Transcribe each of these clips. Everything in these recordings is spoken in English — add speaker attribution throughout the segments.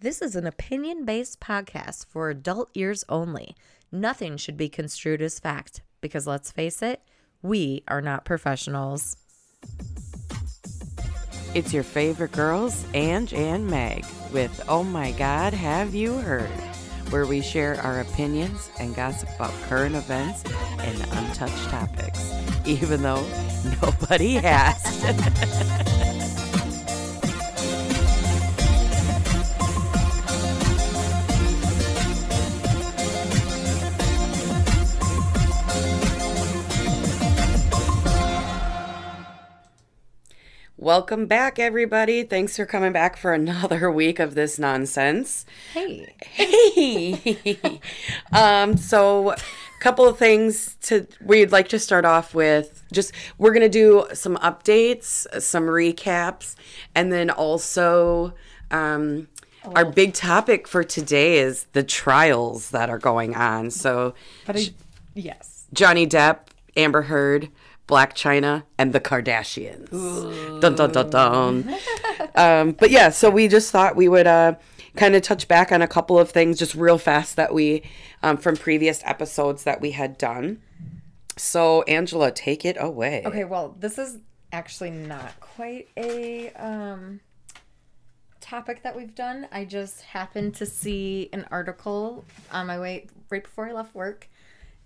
Speaker 1: This is an opinion based podcast for adult ears only. Nothing should be construed as fact because let's face it, we are not professionals.
Speaker 2: It's your favorite girls, Ange and Meg, with Oh My God, Have You Heard? Where we share our opinions and gossip about current events and untouched topics, even though nobody asked. Welcome back, everybody. Thanks for coming back for another week of this nonsense.
Speaker 1: Hey,
Speaker 2: Hey. um, so a couple of things to we'd like to start off with just we're gonna do some updates, some recaps, and then also um our big topic for today is the trials that are going on. So
Speaker 1: yes.
Speaker 2: Johnny Depp, Amber Heard, Black China, and the Kardashians. Dun dun dun dun. um, but yeah, so we just thought we would uh, kind of touch back on a couple of things just real fast that we um, from previous episodes that we had done. So Angela, take it away.
Speaker 1: Okay, well, this is actually not quite a um, topic that we've done. I just happened to see an article on my way right before I left work,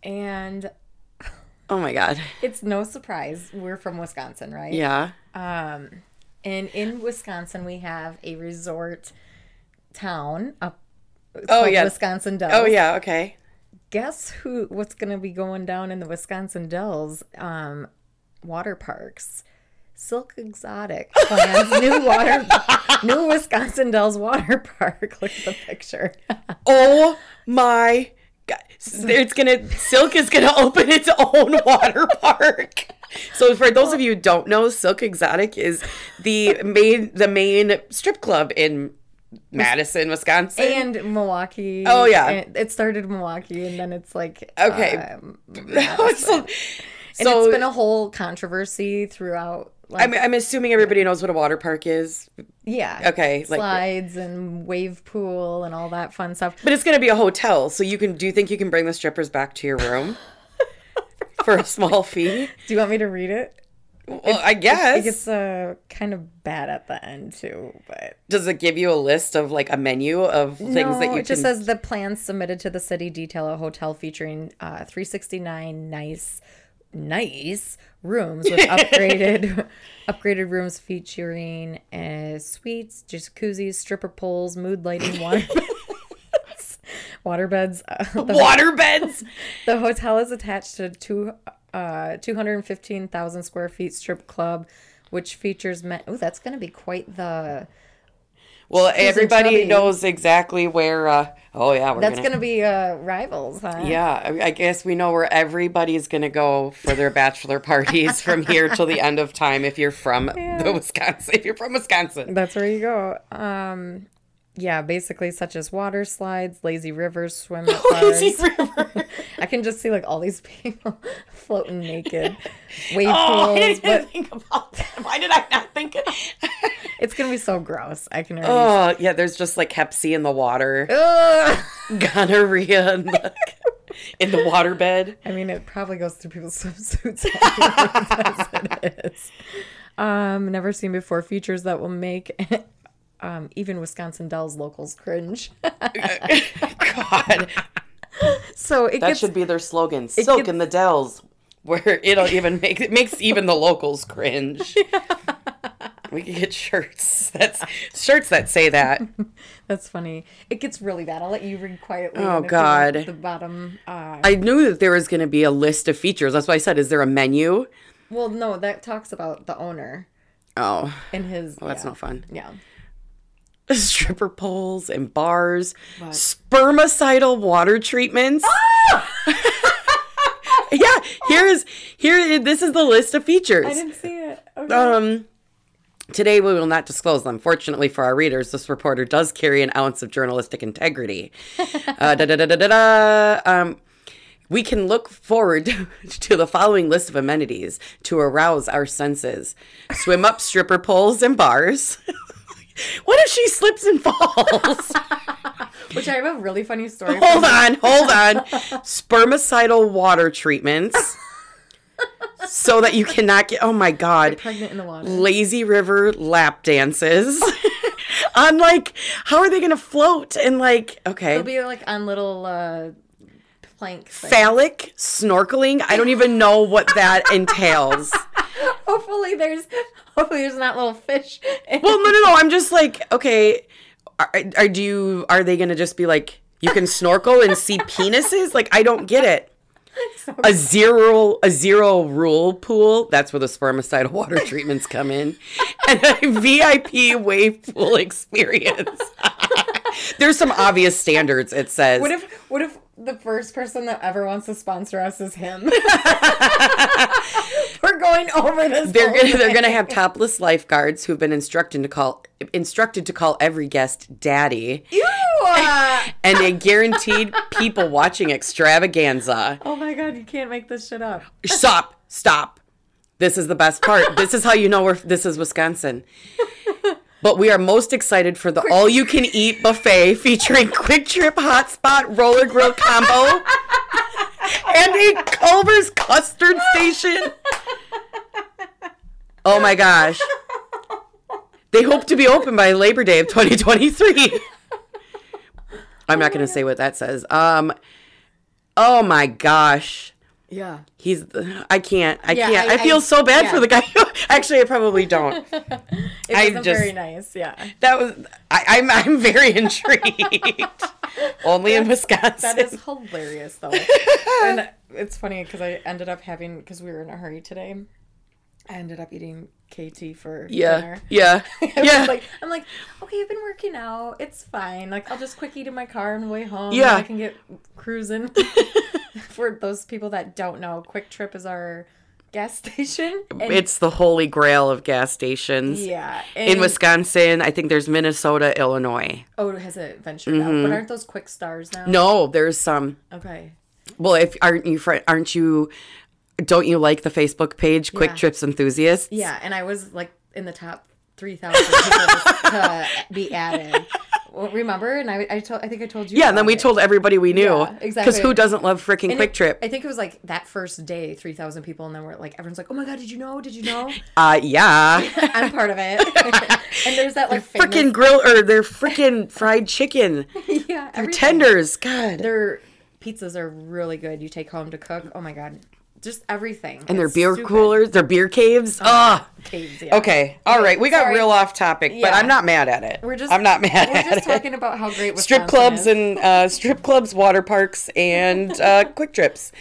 Speaker 1: and
Speaker 2: Oh my God.
Speaker 1: it's no surprise we're from Wisconsin, right?
Speaker 2: Yeah.
Speaker 1: And in Wisconsin, we have a resort town up. It's
Speaker 2: Oh,
Speaker 1: called
Speaker 2: yeah.
Speaker 1: Wisconsin Dells.
Speaker 2: Oh yeah. Okay.
Speaker 1: Guess who? What's going to be going down in the Wisconsin Dells? Um, water parks. Silk Exotic plans new water, new Wisconsin Dells water park. Look at the picture.
Speaker 2: Oh my god. It's gonna Silk is gonna open its own water park. So for those of you who don't know, Silk Exotic is the main the main strip club in Madison, Wisconsin.
Speaker 1: And Milwaukee.
Speaker 2: Oh, yeah.
Speaker 1: And it started in Milwaukee, and then it's like
Speaker 2: Okay.
Speaker 1: um,
Speaker 2: so
Speaker 1: and
Speaker 2: so
Speaker 1: it's been a whole controversy throughout. Like,
Speaker 2: I'm, I'm assuming everybody knows what a water park is,
Speaker 1: Yeah.
Speaker 2: Okay, like-
Speaker 1: Slides and wave pool and all that fun stuff.
Speaker 2: but it's gonna be a hotel. So you can do you think you can bring the strippers back to your room for a small fee?
Speaker 1: Do you want me to read it?
Speaker 2: Well, I guess.
Speaker 1: It gets uh, kind of bad at the end too, but
Speaker 2: Does it give you a list of like a menu of things
Speaker 1: no,
Speaker 2: that you
Speaker 1: Oh, it just
Speaker 2: can?
Speaker 1: says the plans submitted to the city detail a hotel featuring uh, 369 nice, nice rooms with upgraded, upgraded rooms featuring uh, suites, jacuzzis, stripper poles, mood lighting, water beds, water beds. Uh, the
Speaker 2: Water beds.
Speaker 1: The hotel is attached to two, uh, 215,000 square feet strip club, which features men. Oh, that's going to be quite the.
Speaker 2: Well, everybody
Speaker 1: chubby.
Speaker 2: knows exactly where. Uh, oh yeah, we're
Speaker 1: That's
Speaker 2: gonna.
Speaker 1: going to be uh, rivals, huh?
Speaker 2: yeah, I I guess we know where everybody's gonna go for their bachelor parties from here till the end of time. If you're from the Wisconsin, if you're from Wisconsin,
Speaker 1: That's where you go. Um, yeah, basically, such as water slides, lazy rivers, swim at bars.
Speaker 2: Lazy River.
Speaker 1: I can just see like all these people floating naked, wave
Speaker 2: Oh, I
Speaker 1: pools,
Speaker 2: didn't
Speaker 1: but
Speaker 2: think about that. Why did I not think? It?
Speaker 1: it's gonna be so gross. I can already.
Speaker 2: oh yeah, there's just like Hep C in the water,
Speaker 1: Ugh!
Speaker 2: gonorrhea in the, in the waterbed.
Speaker 1: I mean, it probably goes through people's swimsuits as it is. Um, never seen before features that will make um, even Wisconsin Dells locals cringe.
Speaker 2: God,
Speaker 1: so it
Speaker 2: that
Speaker 1: gets
Speaker 2: should be their slogan: "Silk in the Dells," where it'll even make it makes even the locals cringe. We could get shirts. That's shirts that say that.
Speaker 1: that's funny. It gets really bad. I'll let you read quietly.
Speaker 2: Oh,
Speaker 1: and if you want
Speaker 2: God.
Speaker 1: The bottom. Uh,
Speaker 2: I knew that there was going to be a list of features. That's why I said, "Is there a menu?"
Speaker 1: well, no, that talks about the owner
Speaker 2: Oh,
Speaker 1: and his.
Speaker 2: that's
Speaker 1: yeah.
Speaker 2: not fun.
Speaker 1: Yeah.
Speaker 2: Stripper poles and bars, spermicidal water treatments. Ah! yeah, here is here. i- This is the list of features.
Speaker 1: I didn't see it. Okay.
Speaker 2: Um, today we will not disclose them. Fortunately for our readers, this reporter does carry an ounce of journalistic integrity. uh, da, da, da, da, da, da. Um, we can look forward to the following list of amenities to arouse our senses: swim up stripper poles and bars. what if she slips and falls?
Speaker 1: Which I have a really funny story. from-
Speaker 2: Hold on, hold on. Spermicidal water treatments. so that you cannot get oh my god.
Speaker 1: Pregnant in the water.
Speaker 2: Lazy river lap dances. I'm like, how are they gonna float? And like, okay.
Speaker 1: It'll be like on little uh, planks. like-
Speaker 2: Phallic snorkeling. I don't even know what that entails.
Speaker 1: Hopefully there's hopefully there's not little fish. in-
Speaker 2: Well, no, no, no. I'm just like, okay, are, are do you? Are they gonna just be like, you can snorkel and see penises? Like, I don't get it.
Speaker 1: So-
Speaker 2: A zero, a zero rule pool. That's where the spermicide water treatments come in, and a VIP wave pool experience. There's some obvious standards. It says.
Speaker 1: what if what if the first person that ever wants to sponsor us is him? We're going over this.
Speaker 2: They're
Speaker 1: whole
Speaker 2: gonna, they're
Speaker 1: thing.
Speaker 2: gonna have topless lifeguards who've been instructed to call instructed to call every guest daddy,
Speaker 1: Ew! uh,
Speaker 2: and a guaranteed people watching extravaganza.
Speaker 1: oh my god, you can't make this shit up.
Speaker 2: Stop, stop. This is the best part. This is how you know we're this is Wisconsin. But we are most excited for the all you can eat buffet featuring Quick Trip Hotspot Roller Grill Combo and a Culver's Custard Station. Oh my gosh. They hope to be open by Labor Day of 2023. I'm not going to say what that says. Um Oh my gosh.
Speaker 1: Yeah.
Speaker 2: He's. the- I can't. I
Speaker 1: Yeah,
Speaker 2: can't.
Speaker 1: I-
Speaker 2: I, feel
Speaker 1: I-
Speaker 2: so bad
Speaker 1: yeah.
Speaker 2: for the guy. Who, actually, I probably don't.
Speaker 1: It
Speaker 2: I
Speaker 1: wasn't
Speaker 2: just-
Speaker 1: very nice. Yeah.
Speaker 2: That was. I, I'm. I'm very intrigued. Only in Wisconsin.
Speaker 1: That is hilarious, though. and it's funny because I ended up having because we were in a hurry today. I ended up eating KT for
Speaker 2: yeah.
Speaker 1: dinner.
Speaker 2: Yeah.
Speaker 1: I was
Speaker 2: yeah.
Speaker 1: like, I'm like, okay, I've been working out. It's fine. Like, I'll just quick eat in my car on the way home. and
Speaker 2: Yeah.
Speaker 1: I can get cruising. For those people that don't know, Quick Trip is our gas station. And-
Speaker 2: it's the holy grail of gas stations
Speaker 1: yeah.
Speaker 2: in
Speaker 1: and-
Speaker 2: Wisconsin. I think there's Minnesota, Illinois.
Speaker 1: Oh, it has it ventured out? But aren't those Quick Stars now?
Speaker 2: Mm-hmm. No, there's some.
Speaker 1: Okay.
Speaker 2: Well, if aren't you fri aren't you don't you like the Facebook page Quick
Speaker 1: Yeah.
Speaker 2: Trips Enthusiasts?
Speaker 1: Yeah, and I was like in the top three thousand people to- to be added. Well, remember? And I, I told, I think I told you.
Speaker 2: Yeah, and then
Speaker 1: about
Speaker 2: we
Speaker 1: it.
Speaker 2: told everybody we knew.
Speaker 1: Yeah,
Speaker 2: Because
Speaker 1: exactly.
Speaker 2: who doesn't love freaking
Speaker 1: And
Speaker 2: Quick
Speaker 1: it-
Speaker 2: Trip?
Speaker 1: I think it was like that first day, three thousand people, and then we're like, everyone's like, "Oh my god, did you know? Did you know?"
Speaker 2: Uh, yeah.
Speaker 1: I'm part of it. and there's that like
Speaker 2: freaking grill or their freaking fried chicken
Speaker 1: famous, yeah, everything.
Speaker 2: tenders. God,
Speaker 1: Their pizzas are really good. You take home to cook. Oh my god, just everything.
Speaker 2: and their beer coolers, their beer caves. Ah. Okay. All right. We got
Speaker 1: sorry.
Speaker 2: real off topic, but
Speaker 1: Yeah.
Speaker 2: I'm not mad at it.
Speaker 1: We're just
Speaker 2: I'm not mad
Speaker 1: We're
Speaker 2: at
Speaker 1: just
Speaker 2: it.
Speaker 1: talking about how great
Speaker 2: strip
Speaker 1: Wisconsin
Speaker 2: clubs
Speaker 1: is.
Speaker 2: and uh, strip clubs, water parks, and uh, quick trips.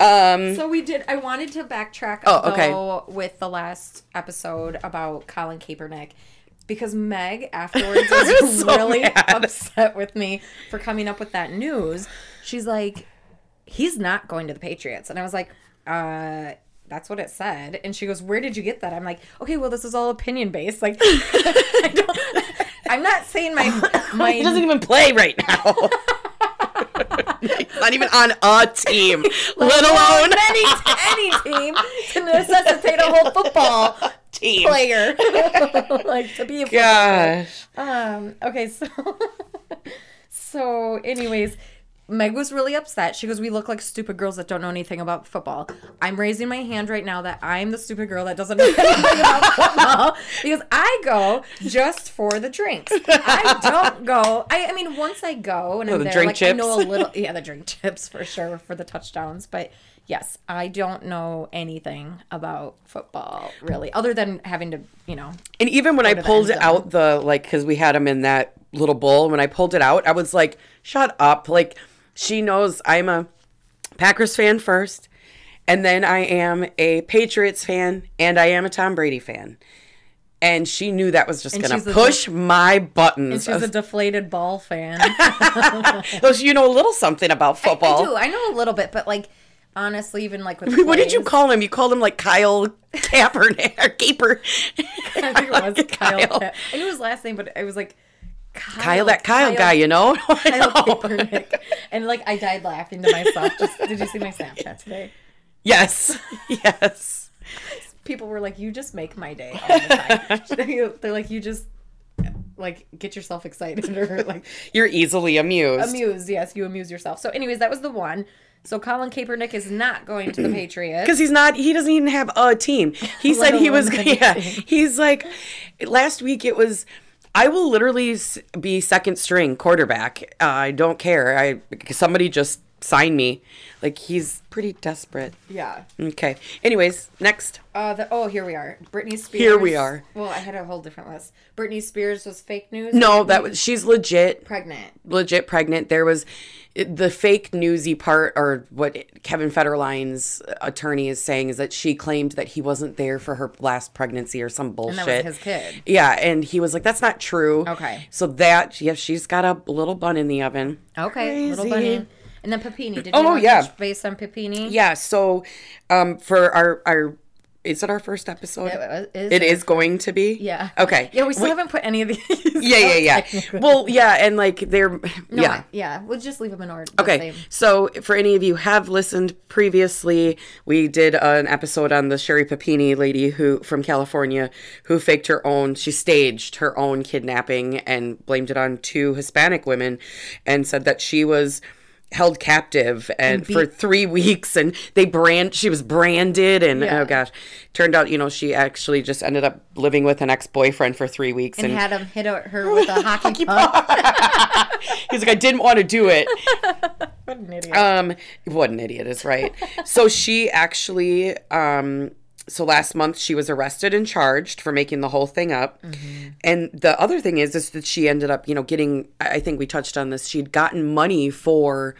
Speaker 2: Um,
Speaker 1: So we did. I wanted to backtrack.
Speaker 2: Oh, okay.
Speaker 1: Though, with the last episode about Colin Kaepernick, because Meg afterwards was
Speaker 2: so
Speaker 1: really
Speaker 2: mad.
Speaker 1: upset with me for coming up with that news. She's like, "He's not going to the Patriots," and I was like, "Uh." That's what it said. And she goes, Where did you get that? I'm like, Okay, well, this is all opinion based. Like, I don't, I'm not saying my, my
Speaker 2: he doesn't even play right now. He's not even on a team, let alone
Speaker 1: any, any team to necessitate a whole football
Speaker 2: team.
Speaker 1: player. like to be a
Speaker 2: Gosh.
Speaker 1: um okay so so anyways Meg was really upset. She goes, "We look like stupid girls that don't know anything about football." I'm raising my hand right now that I'm the stupid girl that doesn't know anything about football because I go just for the drinks. I don't go. I, I mean, once I go and I'm
Speaker 2: Oh, the
Speaker 1: there,
Speaker 2: drink
Speaker 1: like I know a
Speaker 2: chips.
Speaker 1: little. Yeah, the drink chips for sure for the touchdowns. But yes, I don't know anything about football really, other than having to, you know,
Speaker 2: And even when I
Speaker 1: the
Speaker 2: pulled
Speaker 1: end zone.
Speaker 2: out the like, because we had him in that little bowl. When I pulled it out, I was like, "Shut up!" Like she knows I'm a Packers fan first, and then I am a Patriots fan, and I am a Tom Brady fan. And she knew that was just gonna
Speaker 1: she's a-
Speaker 2: push my buttons.
Speaker 1: she's a deflated ball fan.
Speaker 2: Oh, so you know a little something about football.
Speaker 1: I do. I know a little bit, but like honestly, even like with
Speaker 2: What did you
Speaker 1: plays-
Speaker 2: call him? You called him like Kyle Kaepernick or Caper.
Speaker 1: I think it was Kyle.
Speaker 2: Kyle.
Speaker 1: Kyle. I knew his last name, but I was like Kyle.
Speaker 2: Kyle, that Kyle, guy, you know. I
Speaker 1: Kyle
Speaker 2: know.
Speaker 1: Kaepernick. and like I died laughing to myself. Just did you see my Snapchat today?
Speaker 2: Yes, yes.
Speaker 1: People were like, "You just make my day all the time." They're like, "You just like get yourself excited or like
Speaker 2: You're easily amused.
Speaker 1: amuse. Yes, you amuse yourself. So, anyways, that was the one. So Colin Kaepernick is not going to the Patriots.
Speaker 2: because he's not he doesn't even have a team he said he was
Speaker 1: alone a
Speaker 2: yeah he's like last week it was i will literally s- be second string quarterback uh, i don't care i somebody just sign me like he's pretty desperate
Speaker 1: Yeah.
Speaker 2: okay anyways next
Speaker 1: Uh, the, oh, here we are. Britney Spears.
Speaker 2: Here we are.
Speaker 1: Well, I had a whole different list. Britney Spears was fake news.
Speaker 2: no that was she's legit
Speaker 1: pregnant.
Speaker 2: legit pregnant there was the fake newsy part or what kevin federline's attorney is saying is that she claimed that he wasn't there for her last pregnancy or some bullshit
Speaker 1: that was his kid.
Speaker 2: yeah and he was like that's not true
Speaker 1: Okay.
Speaker 2: so that yeah she's got a little bun in the oven
Speaker 1: Okay, little
Speaker 2: Crazy.
Speaker 1: bunny. And then Papini. Did you
Speaker 2: Oh,
Speaker 1: oh,
Speaker 2: yeah.
Speaker 1: yeah. based on Papini?
Speaker 2: yeah so um for our our is it our first episode
Speaker 1: It was- is
Speaker 2: it
Speaker 1: our-
Speaker 2: is going to be
Speaker 1: Yeah.
Speaker 2: okay
Speaker 1: Yeah, we still haven't put any of these.
Speaker 2: yeah yeah yeah well yeah and like they're
Speaker 1: No,
Speaker 2: yeah
Speaker 1: Yeah. We'll just leave them in order.
Speaker 2: Okay, so for any of you have listened previously, we did an episode on the Sherry Papini lady who from California who faked her own, she staged her own kidnapping and blamed it on two Hispanic women, and said that she was held captive and for three weeks and they brand she was branded and
Speaker 1: Yeah.
Speaker 2: oh gosh turned out you know she actually just ended up living with an ex-boyfriend for three weeks and,
Speaker 1: And had him hit her- her with a hockey puck.
Speaker 2: he's like i didn't want to do it
Speaker 1: What an idiot.
Speaker 2: Um, what an idiot is right. so she actually, um, so last month she was arrested and charged for making the whole thing up.
Speaker 1: Mm-hmm.
Speaker 2: And the other thing is, is that she ended up, you know, getting. I I think we touched on this. She'd gotten money for,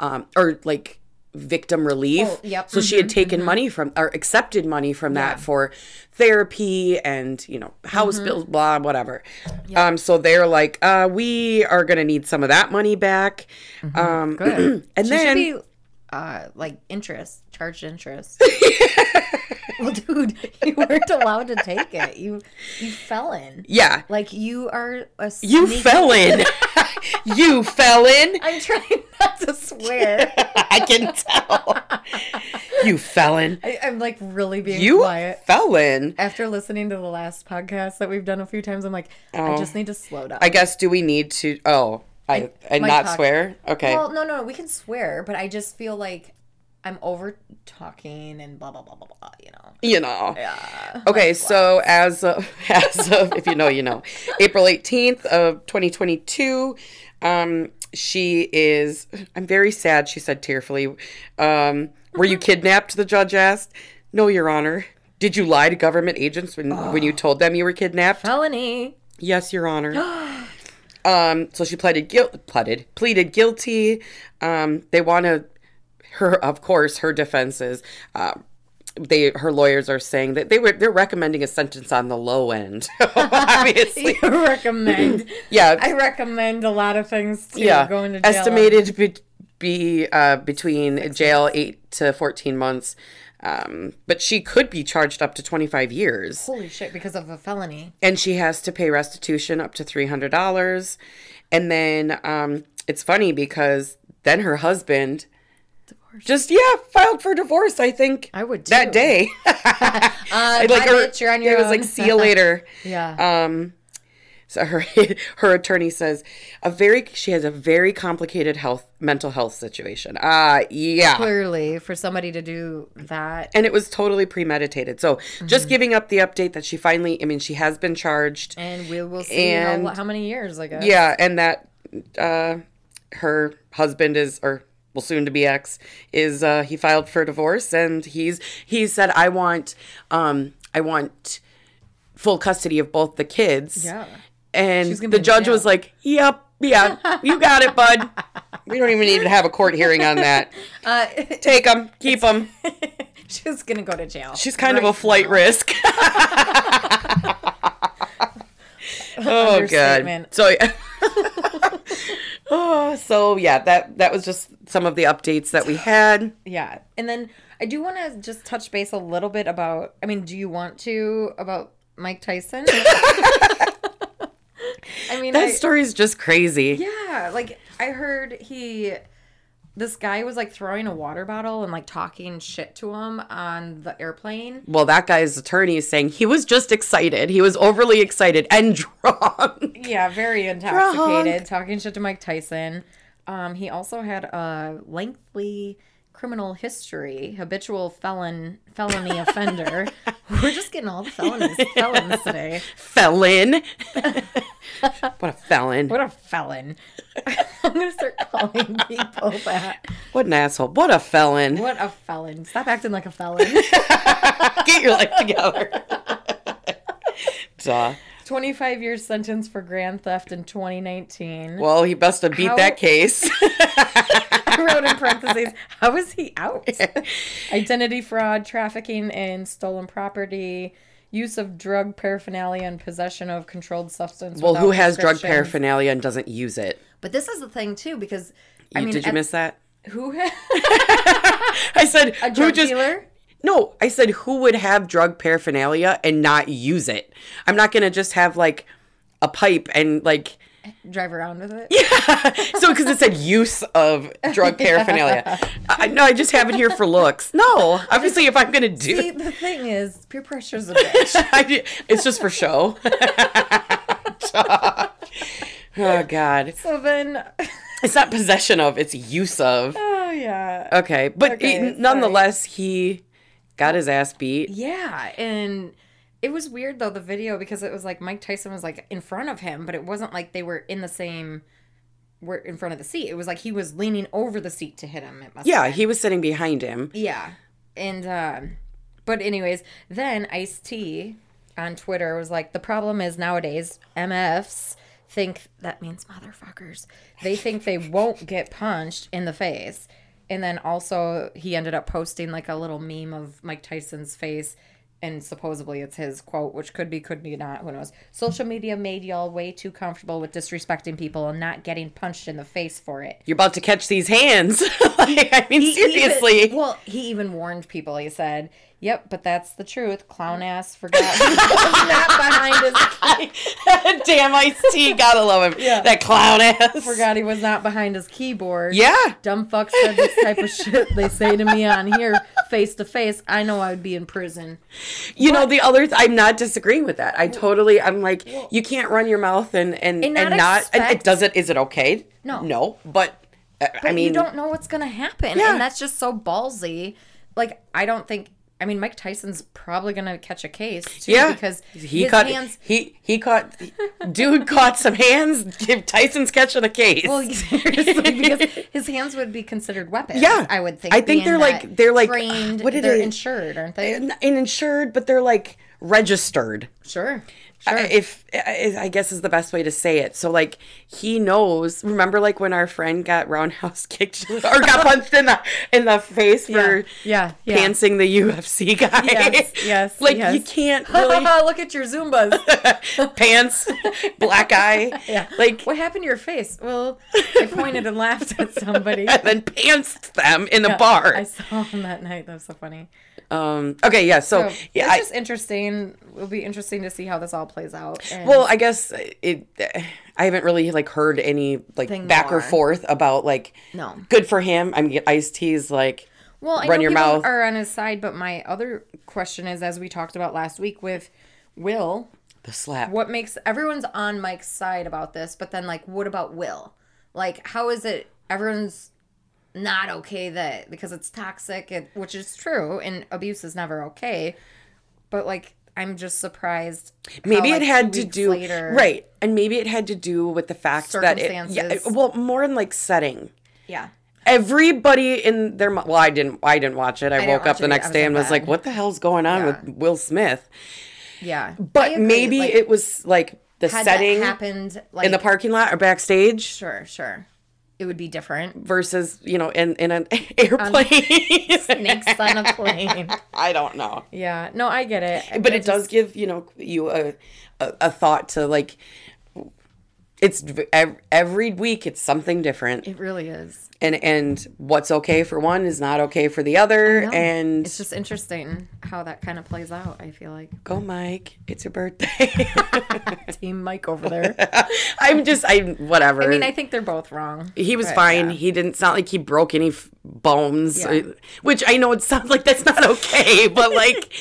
Speaker 2: um, or like victim relief.
Speaker 1: Oh, yep.
Speaker 2: So she had taken money from or accepted money from that for therapy and, you know, house
Speaker 1: Mm-hmm.
Speaker 2: bills, blah, whatever. Um, so they're like, uh, we are gonna need some of that money back. Um
Speaker 1: Mm-hmm. Good.
Speaker 2: and
Speaker 1: she
Speaker 2: then
Speaker 1: should be uh, like interest, charged interest. well, dude, you weren't allowed to take it. You you felon.
Speaker 2: yeah,
Speaker 1: Like you are a
Speaker 2: you
Speaker 1: sneaky-
Speaker 2: fell in. you fell in.
Speaker 1: I'm trying not to swear.
Speaker 2: I can tell. you fell in.
Speaker 1: I, I'm like really being
Speaker 2: You
Speaker 1: quiet.
Speaker 2: fell in.
Speaker 1: After listening to the last podcast that we've done a few times, I'm like, I just need to slow down.
Speaker 2: Oh. I guess do we need to? Oh, I and
Speaker 1: my
Speaker 2: not
Speaker 1: talk-
Speaker 2: swear. Okay.
Speaker 1: Well, no, no, we can swear, but I just feel like I'm over talking and blah blah blah blah blah. You know.
Speaker 2: you know.
Speaker 1: Yeah.
Speaker 2: Okay, so as of, as of if you know, you know, April 18th of 2022, um, she is, I'm very sad, she said tearfully. Um, were you kidnapped? The judge asked. No, Your Honor. Did you lie to government agents when, when you told them you were kidnapped?
Speaker 1: Felony.
Speaker 2: Yes, Your Honor. um, so she pleaded guilt, pleaded, pleaded guilty. Um, they want to, her, of course, her defenses. Uh, they, her lawyers are saying that they were, they're recommending a sentence on the low end. Obviously,
Speaker 1: recommend.
Speaker 2: yeah,
Speaker 1: I recommend a lot of things too.
Speaker 2: yeah.
Speaker 1: Going to jail.
Speaker 2: Estimated to be, be uh, between jail eight to fourteen months. Um, but she could be charged up to 25 years
Speaker 1: Holy shit! Because of a felony.
Speaker 2: and she has to pay restitution up to $300 and then um, it's funny because then her husband
Speaker 1: Divorce.
Speaker 2: just yeah filed for divorce i think
Speaker 1: I would
Speaker 2: that
Speaker 1: too.
Speaker 2: day
Speaker 1: Uh,
Speaker 2: I'd
Speaker 1: like,
Speaker 2: or-
Speaker 1: you're on your
Speaker 2: it was
Speaker 1: own.
Speaker 2: like see you later
Speaker 1: yeah.
Speaker 2: um so her her attorney says a very she has a very complicated health mental health situation uh yeah
Speaker 1: Clearly, for somebody to do that,
Speaker 2: and it was totally premeditated so
Speaker 1: Mm-hmm.
Speaker 2: just giving up the update that she finally i mean she has been charged
Speaker 1: and we will see how-
Speaker 2: And-
Speaker 1: how, many years. I guess.
Speaker 2: Yeah, and that uh, her husband is, or well, soon to be ex, is uh, he filed for divorce, and he's he said, "I want, um, I want full custody of both the kids."
Speaker 1: Yeah.
Speaker 2: and
Speaker 1: She's gonna
Speaker 2: the
Speaker 1: be in
Speaker 2: judge
Speaker 1: jail.
Speaker 2: was like, "Yep, yeah, you got it, bud. We don't even need to have a court hearing on that.
Speaker 1: Uh,
Speaker 2: Take them, keep them.
Speaker 1: she's gonna go to jail.
Speaker 2: She's kind of a flight risk." Oh god.
Speaker 1: Understatement.
Speaker 2: So yeah. oh, so yeah, that that was just some of the updates that we had.
Speaker 1: Yeah. And then I do want to just touch base a little bit about. I mean, do you want to about Mike Tyson? I mean, I-
Speaker 2: That story's just crazy.
Speaker 1: Yeah, like I heard he this guy was like throwing a water bottle and like talking shit to him on the airplane.
Speaker 2: Well, that guy's attorney is saying he was just excited. He was overly excited and drunk.
Speaker 1: Yeah, very intoxicated, talking shit to Mike Tyson. Um, he also had a lengthy criminal history, habitual felon, felony offender. We're just getting all the felonies, felons today.
Speaker 2: felon. what a felon.
Speaker 1: What a felon! I'm gonna start calling people that.
Speaker 2: What an asshole. What a felon.
Speaker 1: What a felon! Stop acting like a felon.
Speaker 2: Get your life together. Duh.
Speaker 1: 25 year sentence for grand theft in 2019.
Speaker 2: Well, he must have beat
Speaker 1: How-
Speaker 2: that case.
Speaker 1: I wrote in parentheses, how is he out? Identity fraud, trafficking in stolen property, use of drug paraphernalia, and possession of controlled substance.
Speaker 2: well, who
Speaker 1: without
Speaker 2: has drug
Speaker 1: prescription.
Speaker 2: paraphernalia and doesn't use it?
Speaker 1: But this is the thing too, because I
Speaker 2: You-
Speaker 1: mean,
Speaker 2: did you
Speaker 1: at-
Speaker 2: miss that?
Speaker 1: who has
Speaker 2: I said
Speaker 1: a
Speaker 2: who
Speaker 1: drug
Speaker 2: just
Speaker 1: dealer?
Speaker 2: No, I said who would have drug paraphernalia and not use it? I'm not going to just have like a pipe and like
Speaker 1: Drive around with it.
Speaker 2: so because it said use of drug paraphernalia. I, no, I just have it here for looks. No, obviously if I'm going to do
Speaker 1: See, the thing is, peer pressure's a bitch.
Speaker 2: I- it's just for show. oh God,
Speaker 1: so then,
Speaker 2: it's not possession of; it's use of.
Speaker 1: oh yeah,
Speaker 2: Okay, but
Speaker 1: Okay,
Speaker 2: it-
Speaker 1: sorry.
Speaker 2: nonetheless, he got his ass beat.
Speaker 1: Yeah, and it was weird though the video because it was like Mike Tyson was like in front of him, but it wasn't like they were in the same were in front of the seat. It was like he was leaning over the seat to hit him. It must
Speaker 2: Yeah, he was sitting behind him.
Speaker 1: Yeah. And um but anyways, then Ice T on Twitter was like, the problem is nowadays MFs think that means motherfuckers. They think they won't get punched in the face. And then also he ended up posting like a little meme of Mike Tyson's face and supposedly it's his quote, which could be, could be not, who knows. Social media made y'all way too comfortable with disrespecting people and not getting punched in the face for it.
Speaker 2: You're about to catch these hands. like, I mean,
Speaker 1: Even-
Speaker 2: seriously.
Speaker 1: well, he even warned people. He said, "Yep, but that's the truth. Clown ass forgot he was not behind his
Speaker 2: Damn, Ice T, gotta love him.
Speaker 1: Yeah.
Speaker 2: That clown ass.
Speaker 1: forgot he was not behind his keyboard."
Speaker 2: Yeah.
Speaker 1: Dumb fuck said this type of shit they say to me on here face to face. I know I would be in prison.
Speaker 2: You know, the other, th- I'm not disagreeing with that. I totally, I'm like, you can't run your mouth and, and,
Speaker 1: And
Speaker 2: and
Speaker 1: not
Speaker 2: not, and
Speaker 1: expect-
Speaker 2: it doesn't, is it okay?
Speaker 1: No.
Speaker 2: No, but, uh, I
Speaker 1: But
Speaker 2: mean,
Speaker 1: you don't know what's gonna happen,
Speaker 2: Yeah.
Speaker 1: and that's just so ballsy. Like I don't think. I mean, Mike Tyson's probably gonna catch a case too
Speaker 2: yeah,
Speaker 1: because
Speaker 2: he
Speaker 1: his
Speaker 2: caught,
Speaker 1: hands.
Speaker 2: he, he caught, dude caught some hands, give Tyson's catching the case.
Speaker 1: Well, seriously, because his hands would be considered weapons.
Speaker 2: Yeah.
Speaker 1: I would think.
Speaker 2: I think
Speaker 1: being
Speaker 2: they're like-
Speaker 1: that
Speaker 2: they're like-
Speaker 1: trained.
Speaker 2: what did
Speaker 1: they're
Speaker 2: I-
Speaker 1: insured, aren't they?
Speaker 2: and, and insured, but they're like registered.
Speaker 1: Sure,
Speaker 2: I-
Speaker 1: sure.
Speaker 2: if I I guess is the best way to say it. So like he knows. Remember, like when our friend got roundhouse kicked or got punched in the in the face for
Speaker 1: yeah, yeah.
Speaker 2: pantsing the UFC guy.
Speaker 1: Yes, yes,
Speaker 2: like
Speaker 1: yes.
Speaker 2: you can't really
Speaker 1: Look at your Zumbas.
Speaker 2: pants black eye.
Speaker 1: Yeah.
Speaker 2: like
Speaker 1: what happened to your face? Well, I pointed and laughed at somebody.
Speaker 2: and then pantsed them in a bar.
Speaker 1: I saw him that night. That was so funny.
Speaker 2: um. Okay. Yeah. So,
Speaker 1: So
Speaker 2: yeah.
Speaker 1: it's
Speaker 2: I,
Speaker 1: just interesting. It'll be interesting to see how this all plays out. And
Speaker 2: well, I guess it. I haven't really like heard any like
Speaker 1: Thing
Speaker 2: back or
Speaker 1: more.
Speaker 2: forth about like
Speaker 1: no.
Speaker 2: good for him. I'm Ice T's like.
Speaker 1: Well, I
Speaker 2: run
Speaker 1: know
Speaker 2: your
Speaker 1: people
Speaker 2: mouth.
Speaker 1: are on his side, but my other question is, as we talked about last week with Will,
Speaker 2: The slap.
Speaker 1: what makes everyone's on Mike's side about this, but then like what about Will? Like how is it everyone's not okay that because it's toxic, it, which is true, and abuse is never okay. But like I'm just surprised. how,
Speaker 2: maybe
Speaker 1: like,
Speaker 2: it
Speaker 1: two
Speaker 2: had to
Speaker 1: weeks
Speaker 2: do
Speaker 1: later-
Speaker 2: right and maybe it had to do with the fact that it, yeah, it-
Speaker 1: Circumstances.
Speaker 2: well more in like setting
Speaker 1: Yeah,
Speaker 2: everybody in their mo- well i didn't i didn't watch it i,
Speaker 1: didn't
Speaker 2: woke up
Speaker 1: watch
Speaker 2: the
Speaker 1: it
Speaker 2: next
Speaker 1: either. I was
Speaker 2: day
Speaker 1: in
Speaker 2: and was
Speaker 1: bed.
Speaker 2: like what the hell's going on
Speaker 1: Yeah.
Speaker 2: with will smith
Speaker 1: yeah. I
Speaker 2: but
Speaker 1: agree,
Speaker 2: maybe
Speaker 1: like,
Speaker 2: it was like the
Speaker 1: had
Speaker 2: setting
Speaker 1: that happened like
Speaker 2: in the parking lot or backstage
Speaker 1: sure, sure, it would be different.
Speaker 2: versus you know in, in an airplane
Speaker 1: Snakes on a plane.
Speaker 2: i don't know
Speaker 1: Yeah, no, I get it,
Speaker 2: but it does give you know you a, a, a thought to like it's v- ev- every week it's something different
Speaker 1: It really is.
Speaker 2: and and what's okay for one is not okay for the other
Speaker 1: No,
Speaker 2: and
Speaker 1: it's just interesting how that kind of plays out. I feel like
Speaker 2: go mike it's your birthday
Speaker 1: Team Mike over there.
Speaker 2: i'm just i whatever
Speaker 1: I mean, I think they're both wrong.
Speaker 2: he was
Speaker 1: but,
Speaker 2: fine.
Speaker 1: yeah.
Speaker 2: He didn't sound like he broke any f- bones,
Speaker 1: Yeah.
Speaker 2: or- which I know it sounds like that's not okay, but like,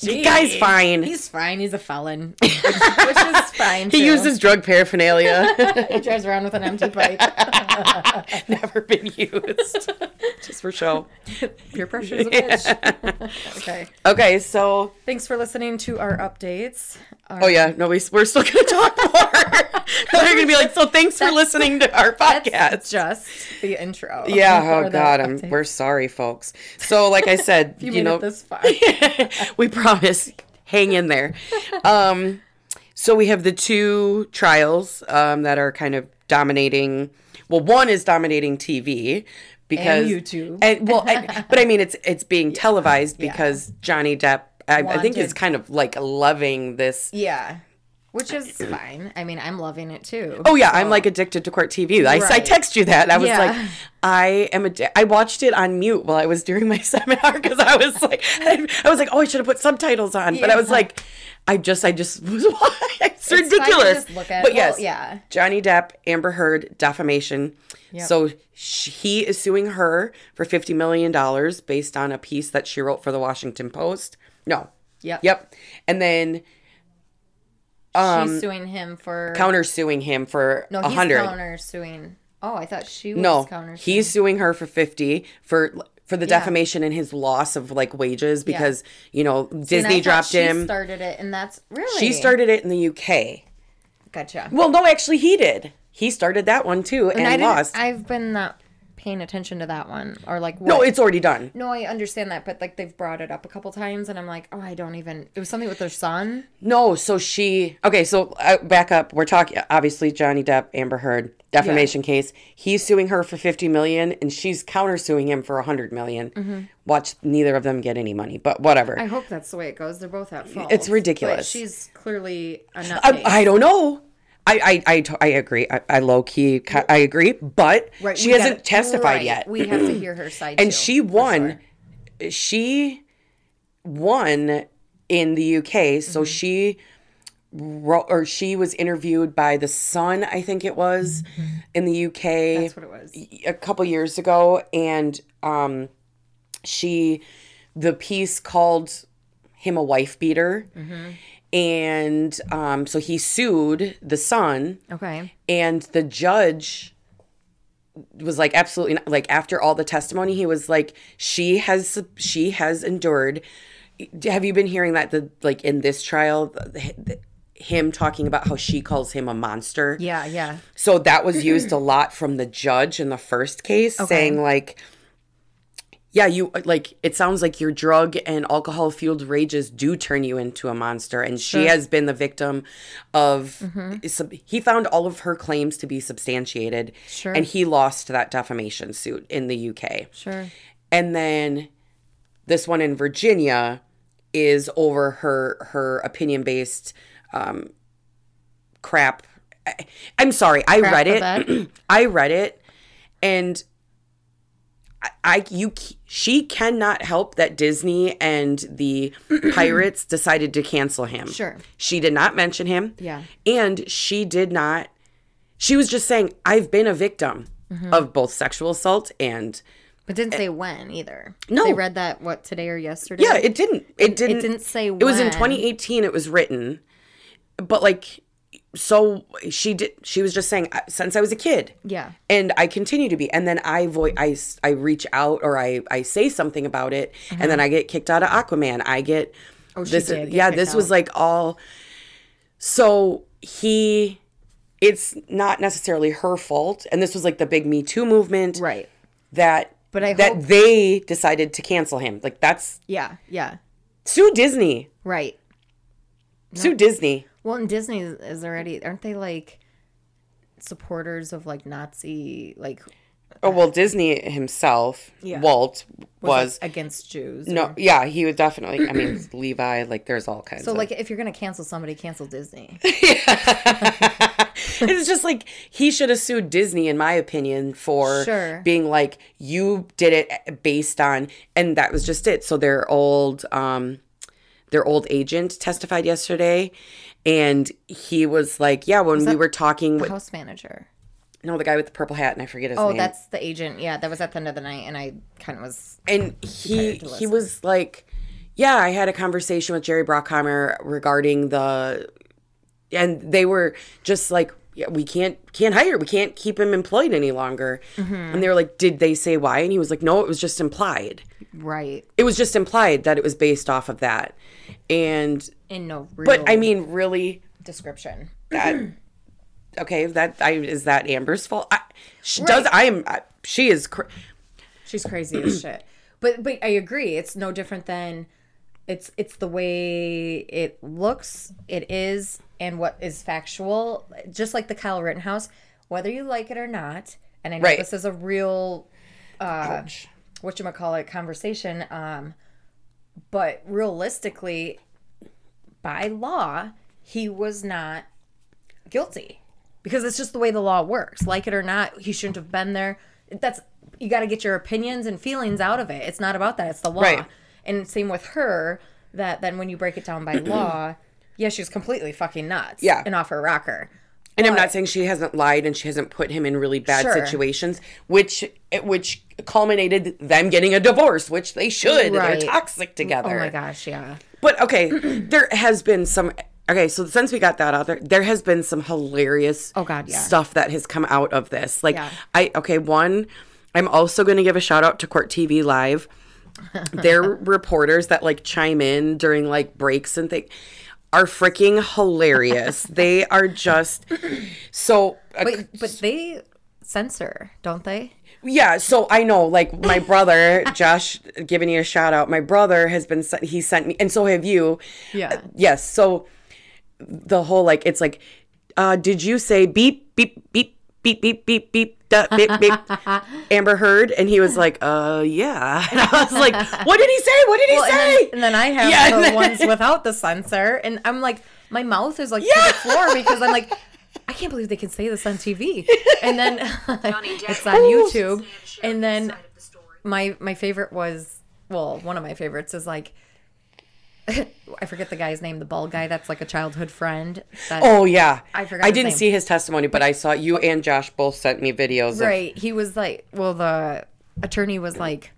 Speaker 2: the guy's
Speaker 1: Gee,
Speaker 2: fine.
Speaker 1: He's fine. He's a felon, which, which is fine.
Speaker 2: he
Speaker 1: too.
Speaker 2: uses drug paraphernalia,
Speaker 1: he drives around with an empty pipe.
Speaker 2: never been used, just for show.
Speaker 1: Peer pressure is a bitch. okay.
Speaker 2: Okay, so
Speaker 1: Thanks for listening to our updates. Our,
Speaker 2: oh yeah, no, we, we're still gonna talk more. They're gonna be like, so thanks for listening to our
Speaker 1: that's
Speaker 2: podcast.
Speaker 1: just the intro.
Speaker 2: Yeah, oh
Speaker 1: Or the
Speaker 2: god, I'm,
Speaker 1: update.
Speaker 2: we're sorry, folks. So, like I said,
Speaker 1: You,
Speaker 2: you,
Speaker 1: made
Speaker 2: know,
Speaker 1: it this far.
Speaker 2: we promise. Hang in there. Um, so we have the two trials um, that are kind of dominating. Well, one is dominating TV because
Speaker 1: YouTube.
Speaker 2: And, well, I, but I mean, it's it's being televised because Johnny Depp. I, I think is
Speaker 1: Wanted-
Speaker 2: kind of like loving this.
Speaker 1: yeah. Which is fine. I mean, I'm loving it too.
Speaker 2: Oh yeah, I'm like addicted to court TV. I, I
Speaker 1: Right.
Speaker 2: text you that. I was
Speaker 1: Yeah.
Speaker 2: like, I am addi- I watched it on mute while I was doing my seminar because I was like, I, I was like, oh, I should have put subtitles on, but I was
Speaker 1: Yeah.
Speaker 2: like, I just, I just was. it's,
Speaker 1: It's fine to
Speaker 2: ridiculous.
Speaker 1: just look at-
Speaker 2: but
Speaker 1: well,
Speaker 2: yes,
Speaker 1: yeah.
Speaker 2: Johnny Depp, Amber Heard, defamation. So sh he is suing her for fifty million dollars based on a piece that she wrote for the Washington Post. No.
Speaker 1: Yep.
Speaker 2: Yep. And then
Speaker 1: she's suing him for.
Speaker 2: counter suing him for
Speaker 1: no,
Speaker 2: um, a
Speaker 1: he's
Speaker 2: hundred.
Speaker 1: counter suing. Oh, I thought she was
Speaker 2: No,
Speaker 1: counter.
Speaker 2: he's suing her for fifty for for the defamation and his loss of like wages because you know
Speaker 1: And I
Speaker 2: Disney
Speaker 1: thought
Speaker 2: dropped
Speaker 1: she
Speaker 2: him.
Speaker 1: started it, and that's really
Speaker 2: she started it in the UK.
Speaker 1: Gotcha.
Speaker 2: Well, no, actually, he did. He started that one too and,
Speaker 1: I didn't-
Speaker 2: lost.
Speaker 1: I've been not paying attention to that one, or like what?
Speaker 2: no, it's already done.
Speaker 1: No, I understand that, but like they've brought it up a couple times, and I'm like, oh, I don't even. It was something with their son.
Speaker 2: No, so she okay. So uh, back up. We're talking obviously Johnny Depp, Amber Heard defamation case. He's suing her for fifty million, and she's counter suing him for a hundred
Speaker 1: Mm-hmm.
Speaker 2: Watch neither of them get any money, but whatever.
Speaker 1: I hope that's the way it goes. They're both at fault.
Speaker 2: It's
Speaker 1: But
Speaker 2: ridiculous.
Speaker 1: she's clearly a nutcase.
Speaker 2: I, I don't know. I I, I, to- I agree. I, I low key ki- I agree, but
Speaker 1: Right,
Speaker 2: she
Speaker 1: we
Speaker 2: hasn't
Speaker 1: gotta-
Speaker 2: testified
Speaker 1: right,
Speaker 2: yet,
Speaker 1: We have to hear her side.
Speaker 2: and
Speaker 1: too.
Speaker 2: she won. She won in the UK,
Speaker 1: Mm-hmm.
Speaker 2: so she wrote or she was interviewed by the Sun, I think it was, in the UK
Speaker 1: Mm-hmm. That's what it was.
Speaker 2: a couple years ago and um she the piece called him a wife beater
Speaker 1: Mm-hmm.
Speaker 2: and um so he sued the son
Speaker 1: Okay.
Speaker 2: and the judge was like absolutely not, like after all the testimony he was like she has she has endured have you been hearing that the like in this trial the, the, him talking about how she calls him a monster
Speaker 1: Yeah. Yeah.
Speaker 2: so that was used a lot from the judge in the first case, saying like, "Yeah, you like it sounds like your drug and alcohol fueled rages do turn you into a monster." And she has been the victim of. sub- He found all of her claims to be substantiated,
Speaker 1: Sure.
Speaker 2: and he lost that defamation suit in the UK.
Speaker 1: Sure.
Speaker 2: And then this one in Virginia is over her her opinion based um, crap. I, I'm sorry, I read it. I read it, and I, I you c- she cannot help that Disney and the pirates decided to cancel him.
Speaker 1: Sure.
Speaker 2: she did not mention him.
Speaker 1: Yeah.
Speaker 2: and she did not. She was just saying, "I've been a victim
Speaker 1: Mm-hmm.
Speaker 2: of both sexual assault and."
Speaker 1: But didn't say when either.
Speaker 2: No.
Speaker 1: They read that what today or yesterday.
Speaker 2: Yeah, it didn't. It didn't.
Speaker 1: It didn't say when.
Speaker 2: It was in 2018. It was written, but like, so she did. She was just saying "Uh, since I was a kid,
Speaker 1: Yeah.
Speaker 2: and I continue to be. And then I voice, I, s- I reach out or I, I say something about it, and then I get kicked out of Aquaman. I get oh,
Speaker 1: Mm-hmm. she
Speaker 2: this.
Speaker 1: did get
Speaker 2: yeah,
Speaker 1: kicked
Speaker 2: this was
Speaker 1: out.
Speaker 2: like all. So he, it's not necessarily her fault, and this was like the big Me Too movement,
Speaker 1: Right.
Speaker 2: That.
Speaker 1: But I
Speaker 2: that
Speaker 1: hope-
Speaker 2: they decided to cancel him. Like that's
Speaker 1: Yeah. Yeah.
Speaker 2: sue Disney.
Speaker 1: Right.
Speaker 2: Sue Disney.
Speaker 1: Well, and Disney is- is already aren't they like supporters of like Nazi like
Speaker 2: Oh well, Disney himself,
Speaker 1: Yeah.
Speaker 2: Walt was,
Speaker 1: against Jews?
Speaker 2: no, yeah, he was definitely. I mean, Levi. Like, there's all kinds.
Speaker 1: So
Speaker 2: of
Speaker 1: like if you're gonna cancel somebody, cancel Disney.
Speaker 2: it's just like he should have sued Disney, in my opinion, for
Speaker 1: Sure.
Speaker 2: being like, you did it eh, based on, and that was just it. So their old, um, their old agent testified yesterday, and he was like, yeah, when we were talking with
Speaker 1: House manager.
Speaker 2: no, the guy with the purple hat, and I forget his
Speaker 1: Oh,
Speaker 2: name.
Speaker 1: that's the agent. Yeah, that was at the end of the night, and I kind of was.
Speaker 2: and he he was like yeah i had a conversation with jerry brockheimer regarding the and they were just like yeah, we can't can't hire we can't keep him employed any longer and they were like did they say why and he was like no it was just implied
Speaker 1: Right.
Speaker 2: it was just implied that it was based off of that and
Speaker 1: In no real
Speaker 2: but i mean really
Speaker 1: description.
Speaker 2: okay that i is that amber's fault I, she does i am I, she is cr-
Speaker 1: She's crazy as shit. But but I agree. It's no different than it's it's the way it looks, it is, and what is factual. Just like the Kyle Rittenhouse, whether you like it or not, and I know
Speaker 2: Right.
Speaker 1: this is a real uh what you call it conversation. Um, but realistically, by law, he was not guilty because it's just the way the law works. Like it or not, he shouldn't have been there. That's you got to get your opinions and feelings out of it. It's not about that. It's the law.
Speaker 2: Right.
Speaker 1: And same with her. That then when you break it down by law, yeah, she was completely fucking nuts.
Speaker 2: Yeah.
Speaker 1: and off her rocker.
Speaker 2: And I'm not saying she hasn't lied and she hasn't put him in really bad
Speaker 1: Sure.
Speaker 2: situations, which which culminated them getting a divorce, which they should.
Speaker 1: Right.
Speaker 2: They're toxic together.
Speaker 1: Oh my gosh, yeah.
Speaker 2: But okay, there has been some. Okay, so since we got that out there, there has been some hilarious
Speaker 1: Oh, God, yeah.
Speaker 2: stuff that has come out of this. Like
Speaker 1: Yeah.
Speaker 2: I okay, one, I'm also going to give a shout out to Court TV Live. Their reporters that like chime in during like breaks and things are freaking hilarious. they are just so uh,
Speaker 1: But but they censor, don't they?
Speaker 2: yeah, so I know, like my brother Josh, giving you a shout out. My brother has been sent. He sent me, and so have you.
Speaker 1: Yeah.
Speaker 2: Uh, yes. So the whole like it's like, uh, did you say beep beep beep beep beep beep beep da, beep beep Amber Heard? And he was like, uh, yeah. And I was like, what did he say? What did he
Speaker 1: Well,
Speaker 2: say?
Speaker 1: and, then, and then I have
Speaker 2: Yeah,
Speaker 1: the
Speaker 2: and then-
Speaker 1: ones without the sensor, and I'm like, my mouth is like to the floor because I'm like, I can't believe they can say this on TV. And then it's on YouTube, and then my my favorite was well, one of my favorites is like. I forget the guy's name, the bald guy that's like a childhood friend. That,
Speaker 2: Oh yeah,
Speaker 1: I forgot
Speaker 2: I
Speaker 1: his
Speaker 2: didn't
Speaker 1: name.
Speaker 2: see his testimony, but I saw you and Josh both sent me videos. Of,
Speaker 1: Right. He was like, well, the attorney was like,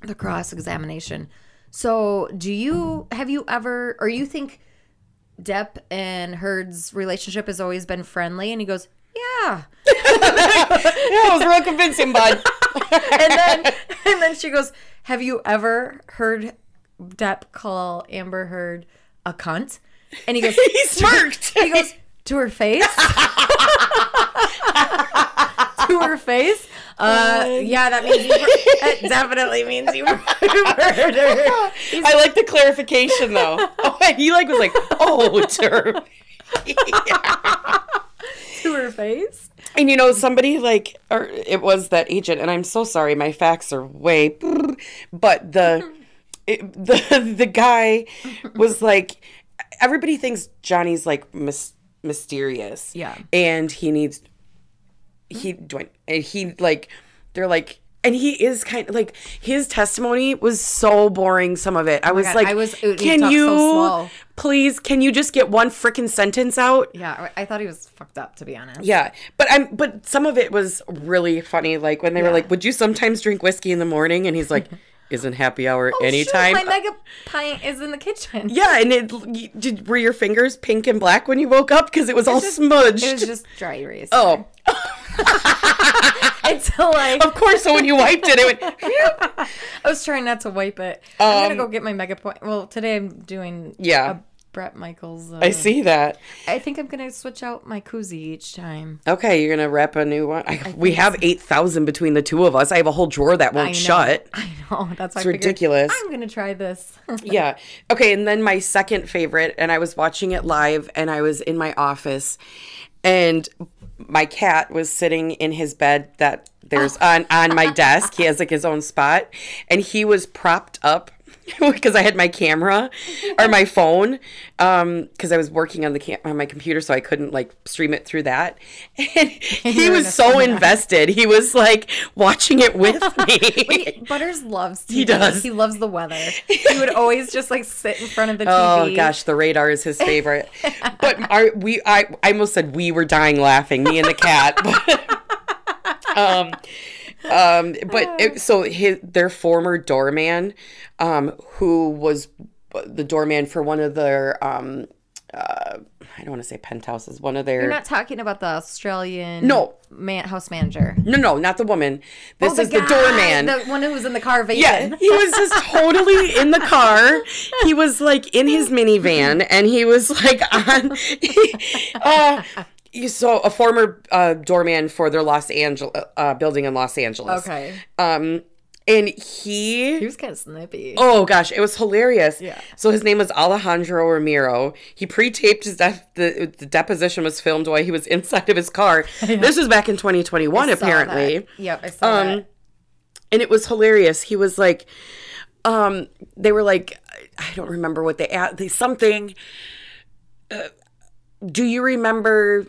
Speaker 1: the cross examination. So, do you have you ever, or you think Depp and Heard's relationship has always been friendly? And he goes, yeah.
Speaker 2: yeah, it was real convincing, bud.
Speaker 1: And then, and then she goes, have you ever heard Depp call Amber Heard a cunt? And he goes,
Speaker 2: he smirked.
Speaker 1: he goes to her face. to her face. Uh, yeah, that means you. That definitely means you murdered. her. He's-
Speaker 2: I like the clarification though. oh, he like was like, oh, term.
Speaker 1: to her face.
Speaker 2: And you know, somebody like, or it was that agent, and I'm so sorry, my facts are way, brrr, but the, it, the the guy was like, everybody thinks Johnny's like mys- mysterious,
Speaker 1: Yeah.
Speaker 2: and he needs, he doing, and he like, they're like. And he is kind of like his testimony was so boring. Some of it, I was
Speaker 1: Oh God,
Speaker 2: like,
Speaker 1: I was- it- he
Speaker 2: "Can
Speaker 1: talked so
Speaker 2: you
Speaker 1: slow."
Speaker 2: please? Can you just get one freaking sentence out?"
Speaker 1: Yeah, I I thought he was fucked up to be honest.
Speaker 2: Yeah, but I'm but some of it was really funny. Like when they were like, "Would you sometimes drink whiskey in the morning?" And he's like, "Isn't happy hour anytime?"
Speaker 1: Shoot, Oh, my mega pint is in the kitchen.
Speaker 2: yeah, and it y- did were your fingers pink and black when you woke up because it was all smudged.
Speaker 1: It was just dry erase.
Speaker 2: oh,
Speaker 1: until like
Speaker 2: of course. So when you wiped it, it went.
Speaker 1: I was trying not to wipe it. I'm gonna go get my mega point. Well, today I'm doing
Speaker 2: um, Yeah.
Speaker 1: a Brett Michaels. Uh,
Speaker 2: I see that.
Speaker 1: I think I'm gonna switch out my koozie each time.
Speaker 2: Okay, you're gonna wrap a new one. I, we have eight thousand between the two of us. I have a whole drawer that won't
Speaker 1: I know.
Speaker 2: shut.
Speaker 1: I know. That's why
Speaker 2: It's
Speaker 1: I figured,
Speaker 2: ridiculous.
Speaker 1: I'm gonna try this.
Speaker 2: yeah. Okay, and then my second favorite, and I was watching it live, and I was in my office, and my cat was sitting in his bed that there's on on my desk. He has like his own spot, and he was propped up because I had my camera or my phone because I was working on the cam- on my computer, so I couldn't like stream it through that. And he
Speaker 1: were
Speaker 2: was
Speaker 1: the
Speaker 2: so
Speaker 1: fun guy.
Speaker 2: invested; he was like watching it with me.
Speaker 1: Butters loves TV.
Speaker 2: He does.
Speaker 1: He loves the weather. He would always just like sit in front of the TV.
Speaker 2: Oh gosh, the radar is his favorite. but our, we, I, I almost said we were dying laughing, me and the cat. um, um, but
Speaker 1: Oh.
Speaker 2: it, so his, their former doorman, um, who was the doorman for one of their, um, uh, I don't want to say penthouses, one of their.
Speaker 1: You're not talking about the Australian
Speaker 2: No.
Speaker 1: man, house manager.
Speaker 2: no, no, not the woman. This
Speaker 1: Oh,
Speaker 2: is the
Speaker 1: guy,
Speaker 2: doorman.
Speaker 1: The one who was in the car vaping.
Speaker 2: Yeah, he was just totally in the car. He was like in his minivan, and he was like on. uh, you saw a former uh, doorman for their Los Angeles uh, building in Los Angeles.
Speaker 1: Okay.
Speaker 2: Um, and he.
Speaker 1: He was kind of snippy.
Speaker 2: Oh gosh, it was hilarious.
Speaker 1: Yeah.
Speaker 2: So his name was Alejandro Ramiro. He pre-taped his def- the, the deposition was filmed while he was inside of his car. This was back in 2021
Speaker 1: Saw that.
Speaker 2: apparently
Speaker 1: Yep, I saw
Speaker 2: Um,
Speaker 1: that.
Speaker 2: and it was hilarious. He was like, um, they were like, I don't remember what they asked. They something. Uh, do you remember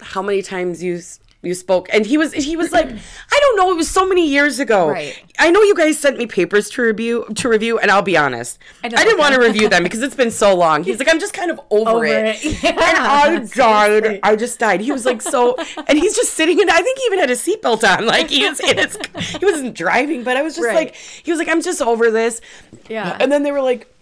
Speaker 2: how many times you s- you spoke? And he was he was like, I don't know. It was so many years ago.
Speaker 1: Right.
Speaker 2: I know you guys sent me papers to review to review, and I'll be honest, I,
Speaker 1: don't
Speaker 2: didn't
Speaker 1: like
Speaker 2: want to review them because it's been so long. He's like, I'm just kind of over,
Speaker 1: Over
Speaker 2: it.
Speaker 1: it. Yeah.
Speaker 2: And I died. I just died. He was like so, and he's just sitting, and I think he even had a seatbelt on. Like he was in his, he wasn't driving, but I was just
Speaker 1: Right.
Speaker 2: like, he was like, I'm just over this.
Speaker 1: Yeah.
Speaker 2: And then they were like,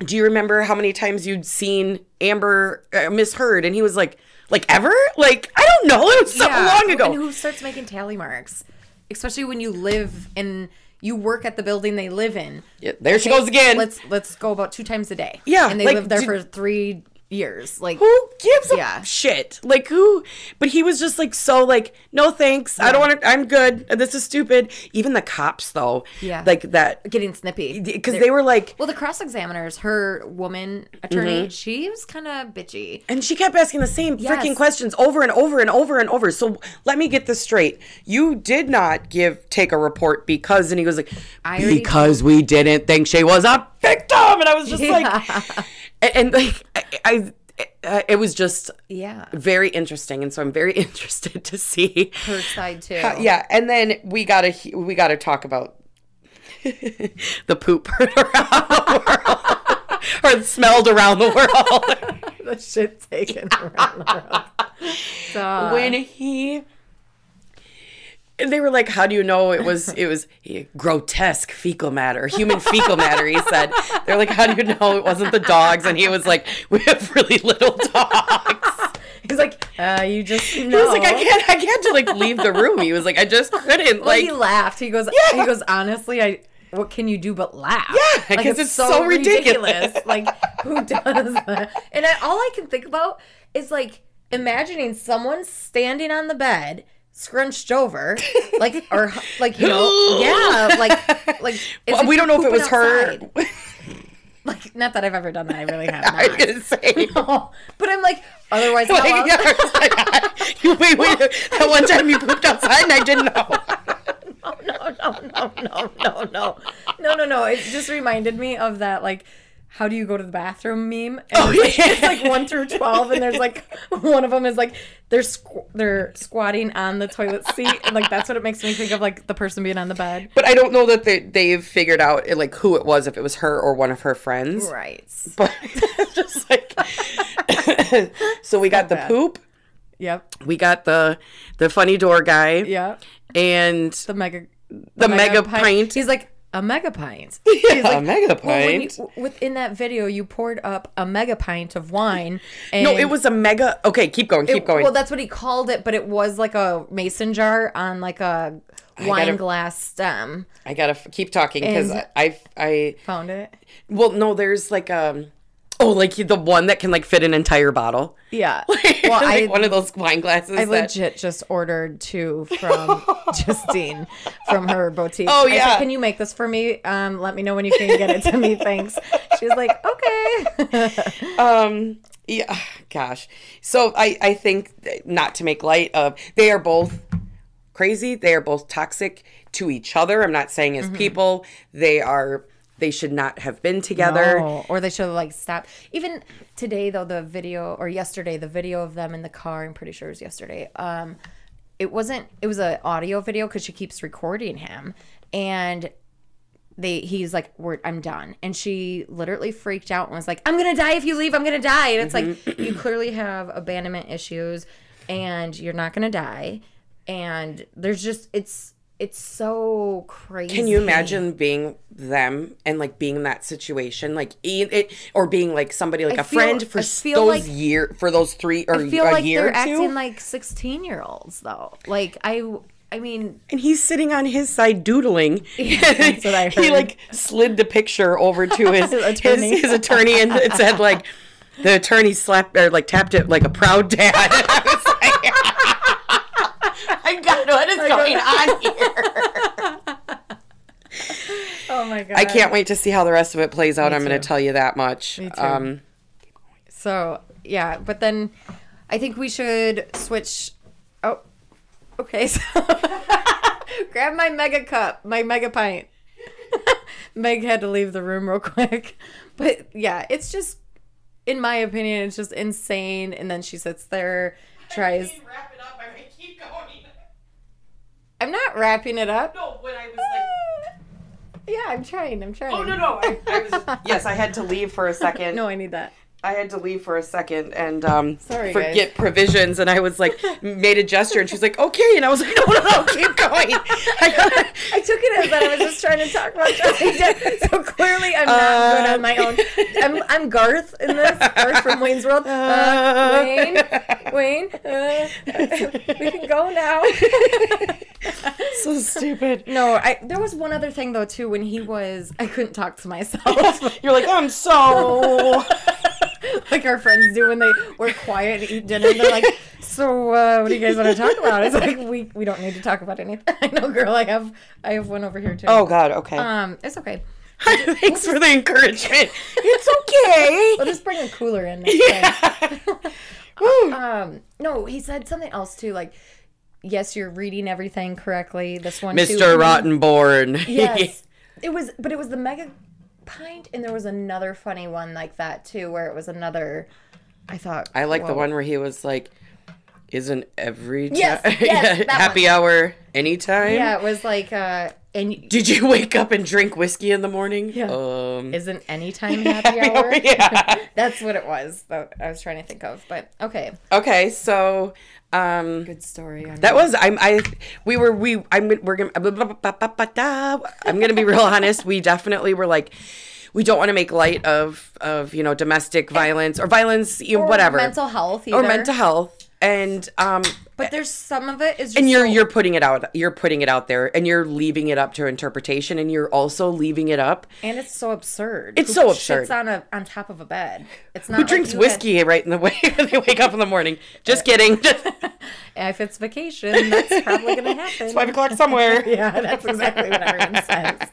Speaker 2: Do you remember how many times you'd seen Amber uh, misheard? And he was like, Like ever? Like I don't know. It was so
Speaker 1: Yeah.
Speaker 2: long ago.
Speaker 1: And who starts making tally marks? Especially when you live in you work at the building they live in.
Speaker 2: Yeah, there she goes again.
Speaker 1: Let's let's go about two times a day.
Speaker 2: Yeah,
Speaker 1: And they
Speaker 2: like,
Speaker 1: lived there
Speaker 2: did-
Speaker 1: for three years. Like
Speaker 2: who gives a
Speaker 1: Yeah.
Speaker 2: shit? Like who? But he was just like so like no thanks. I don't want to. I'm good. This is stupid. Even the cops though.
Speaker 1: Yeah.
Speaker 2: Like that
Speaker 1: getting snippy.
Speaker 2: because they were like,
Speaker 1: Well, the cross examiners, her woman attorney,
Speaker 2: Mm-hmm.
Speaker 1: she was kind of bitchy.
Speaker 2: and she kept asking the same
Speaker 1: Yes.
Speaker 2: freaking questions over and over and over and over. So let me get this straight: you did not give take a report because, and he was like,
Speaker 1: I already
Speaker 2: because we didn't think she was a victim, and I was just like, and, and like I, I, it was just
Speaker 1: Yeah.
Speaker 2: very interesting, and so I'm very interested to see
Speaker 1: Her side too.
Speaker 2: uh, yeah, and then we gotta he- we gotta talk about the poop around the world or smelled around the world.
Speaker 1: the shit taken around the world. So,
Speaker 2: when he and they were like, "How do you know it was it was grotesque fecal matter, human fecal matter?" He said. They're like, "How do you know it wasn't the dogs?" And he was like, "We have really little dogs."
Speaker 1: he's like, uh, you just know.
Speaker 2: He was like, "I can't, I can't just like leave the room." He was like, "I just couldn't."
Speaker 1: Oh. Well,
Speaker 2: Like,
Speaker 1: he laughed. He goes, he goes, honestly, I what can you do but laugh?
Speaker 2: Yeah, 'cause it's so ridiculous.
Speaker 1: like, who does that? And I, all I can think about is like imagining someone standing on the bed, scrunched over, like or like you know, yeah, like like. it's
Speaker 2: Well,
Speaker 1: like
Speaker 2: we don't know if it
Speaker 1: pooping
Speaker 2: was her.
Speaker 1: outside. Like, not that I've ever done that. I really have
Speaker 2: I was
Speaker 1: not.
Speaker 2: gonna say.
Speaker 1: but I'm like, otherwise, how
Speaker 2: Like,
Speaker 1: else?
Speaker 2: yeah, I was like, you- wait, wait, that one time you pooped outside and I didn't know.
Speaker 1: no, no, no, no, no, no, no, no. It just reminded me of that, like, how do you go to the bathroom meme? And
Speaker 2: Oh,
Speaker 1: it's, like-
Speaker 2: yeah.
Speaker 1: it's like one through twelve, and there's like one of them is like they're squ- they're squatting on the toilet seat, and like that's what it makes me think of, like the person being on the bed.
Speaker 2: But I don't know that they, they've figured out like who it was, if it was her or one of her friends.
Speaker 1: Right.
Speaker 2: But it's just like, so we got the
Speaker 1: bad.
Speaker 2: poop,
Speaker 1: Yep.
Speaker 2: we got the the funny door guy,
Speaker 1: Yep.
Speaker 2: and
Speaker 1: The mega. The,
Speaker 2: mega pint.
Speaker 1: He's like a mega pint.
Speaker 2: a mega
Speaker 1: Well, when
Speaker 2: pint.
Speaker 1: you, within that video, you poured up a mega pint of wine. And
Speaker 2: no, it was a mega. Okay, keep going, keep going.
Speaker 1: Well, that's what he called it, but it was like a mason jar on like a wine
Speaker 2: gotta-
Speaker 1: glass stem.
Speaker 2: I gotta f- keep talking because
Speaker 1: And-
Speaker 2: I, I I
Speaker 1: Found it.
Speaker 2: well no, there's like um oh like the one that can like fit an entire bottle.
Speaker 1: Yeah. Well,
Speaker 2: like
Speaker 1: I
Speaker 2: one of those wine glasses.
Speaker 1: I
Speaker 2: that-
Speaker 1: legit just ordered two from Justine from her boutique.
Speaker 2: Oh,
Speaker 1: I said,
Speaker 2: yeah.
Speaker 1: can you make this for me? Um, let me know when you can get it to me. Thanks. She's like, okay.
Speaker 2: um yeah gosh so i i think th- not to make light of they are both
Speaker 1: Mm-hmm.
Speaker 2: crazy they are both toxic to each other i'm not saying as people they are they should not have been together.
Speaker 1: No, or they should have like stopped. Even today though, the video or yesterday, the video of them in the car, I'm pretty sure it was yesterday. Um it wasn't it was an audio video because she keeps recording him and they he's like We're, i'm done and she literally freaked out and was like i'm gonna die if you leave i'm gonna die and it's
Speaker 2: Mm-hmm.
Speaker 1: like you clearly have abandonment issues and you're not gonna die and there's just it's it's so crazy
Speaker 2: Can you imagine being them and like being in that situation, like e- it, or being like somebody like a
Speaker 1: I feel-
Speaker 2: friend for
Speaker 1: I
Speaker 2: s-
Speaker 1: feel
Speaker 2: those
Speaker 1: like-
Speaker 2: year for those three or
Speaker 1: i feel
Speaker 2: a
Speaker 1: like
Speaker 2: year
Speaker 1: they're
Speaker 2: or two?
Speaker 1: acting like 16 year olds though like i i mean
Speaker 2: and he's sitting on his side doodling.
Speaker 1: that's what I
Speaker 2: he
Speaker 1: heard.
Speaker 2: like slid the picture over to his his attorney,
Speaker 1: attorney.
Speaker 2: his, attorney and it said like the attorney slapped or like tapped it like a proud dad. I was like, I got what is going on here.
Speaker 1: oh my god
Speaker 2: I can't wait to see how the rest of it plays out. I'm going to tell you that much.
Speaker 1: too.
Speaker 2: Um,
Speaker 1: So yeah, but then I think we should switch. Oh, okay. So grab my mega cup, my mega pint. Meg had to leave the room real quick, but yeah, it's just, in my opinion, it's just insane. And then she sits there, tries.
Speaker 3: wrap it up. I might keep going.
Speaker 1: I'm not wrapping it up. Ah.
Speaker 3: No, when I was like,
Speaker 1: Yeah, I'm trying. I'm trying.
Speaker 3: oh no no, I, I was
Speaker 2: yes, I had to leave for a second.
Speaker 1: No, I need that.
Speaker 2: I had to leave for a second and um,
Speaker 1: Sorry,
Speaker 2: forget provisions. And I was like, made a gesture, and she's like, okay. And I was like, no, no, no, keep going. I gotta-
Speaker 1: I took it as that I was just trying to talk about Johnny Depp. So clearly, I'm not good
Speaker 2: Uh,
Speaker 1: on my own. I'm, I'm Garth in this. Garth from Wayne's World. Uh, Wayne, Wayne, uh, we can go now.
Speaker 2: so stupid.
Speaker 1: no, I. There was one other thing though too. When he was, I couldn't talk to myself
Speaker 2: You're like, I'm so.
Speaker 1: like our friends do when they were quiet and eat dinner. They're like, "So, uh, what do you guys want to talk about?" It's like we we don't need to talk about anything. I know, girl. I have I have one over here too.
Speaker 2: Oh, God, okay.
Speaker 1: Um, it's okay.
Speaker 2: Thanks for the encouragement. It's
Speaker 1: We'll
Speaker 2: okay.
Speaker 1: just bring a cooler in. Next time.
Speaker 2: Woo.
Speaker 1: Um, no, he said something else too, like, yes, you're reading everything correctly. This one, too.
Speaker 2: Mr. Rottenborn.
Speaker 1: Yes, it was, but it was the mega pint, and there was another funny one like that too, where it was another. I thought
Speaker 2: I like the
Speaker 1: whoa.
Speaker 2: one where he was like, isn't every
Speaker 1: Yes,
Speaker 2: ti-
Speaker 1: yes, that
Speaker 2: happy hour anytime?
Speaker 1: Yeah, it was like, uh, and y-
Speaker 2: Did you wake up and drink whiskey in the morning?
Speaker 1: Yeah.
Speaker 2: Um,
Speaker 1: isn't anytime happy
Speaker 2: happy
Speaker 1: hour?
Speaker 2: hour, yeah.
Speaker 1: That's what it was that I was trying to think of. But okay,
Speaker 2: okay, so um,
Speaker 1: good story. I'm
Speaker 2: That was I'm I we were we I'm we're gonna blah, blah, blah, blah, blah, blah, blah. I'm gonna be real honest. We definitely were like we don't want to make light of of you know domestic violence or violence you know,
Speaker 1: Or
Speaker 2: whatever
Speaker 1: mental health either.
Speaker 2: or mental health and um
Speaker 1: But there's some of it is just
Speaker 2: and you're
Speaker 1: so-
Speaker 2: you're putting it out you're putting it out there and you're leaving it up to interpretation and you're also leaving it up
Speaker 1: and it's so absurd.
Speaker 2: It's
Speaker 1: Who
Speaker 2: so
Speaker 1: shits
Speaker 2: absurd.
Speaker 1: on a on top of a bed. It's not
Speaker 2: who
Speaker 1: like
Speaker 2: drinks
Speaker 1: you Uh, had-
Speaker 2: whiskey right in the way when they wake up in the morning just kidding
Speaker 1: if it's vacation, that's probably gonna happen.
Speaker 2: it's five o'clock somewhere
Speaker 1: yeah, that's exactly what everyone says.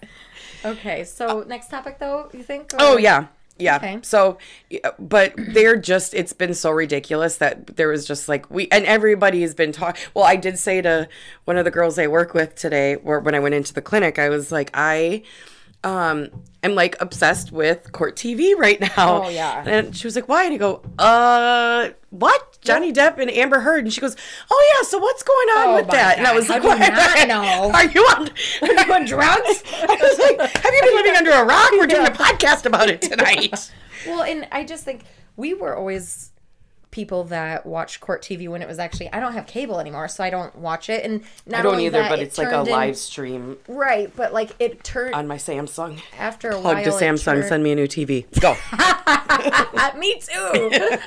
Speaker 1: Okay, so next topic though, you think? or-
Speaker 2: Oh yeah. Yeah.
Speaker 1: Okay.
Speaker 2: So yeah, but they're just it's been so ridiculous that there was just like we and everybody has been talking. Well, I did say to one of the girls I work with today or when I went into the clinic, I was like I um am like obsessed with court TV right now.
Speaker 1: Oh, yeah.
Speaker 2: And she was like, "Why?" And I go, "Uh, what? Johnny Depp and Amber Heard." And she goes, "Oh yeah, so what's going on
Speaker 1: Oh,
Speaker 2: with
Speaker 1: my
Speaker 2: that?" And I
Speaker 1: God.
Speaker 2: was
Speaker 1: How
Speaker 2: like,
Speaker 1: do you
Speaker 2: "What?
Speaker 1: not know?
Speaker 2: Are you on
Speaker 1: you on drugs?
Speaker 2: I was like, "Have you been living under a rock? We're doing a podcast about it tonight."
Speaker 1: Well, and I just think we were always people that watched court TV when it was actually I don't have cable anymore, so I don't watch it. And not
Speaker 2: I don't
Speaker 1: only
Speaker 2: either,
Speaker 1: that,
Speaker 2: but
Speaker 1: it
Speaker 2: it's like a
Speaker 1: turned in-
Speaker 2: live stream
Speaker 1: right, but like it turned
Speaker 2: on my Samsung.
Speaker 1: after a
Speaker 2: Plug
Speaker 1: while.
Speaker 2: to
Speaker 1: it
Speaker 2: Samsung,
Speaker 1: turned-
Speaker 2: send me a new TV. Go.
Speaker 1: Ah, me too.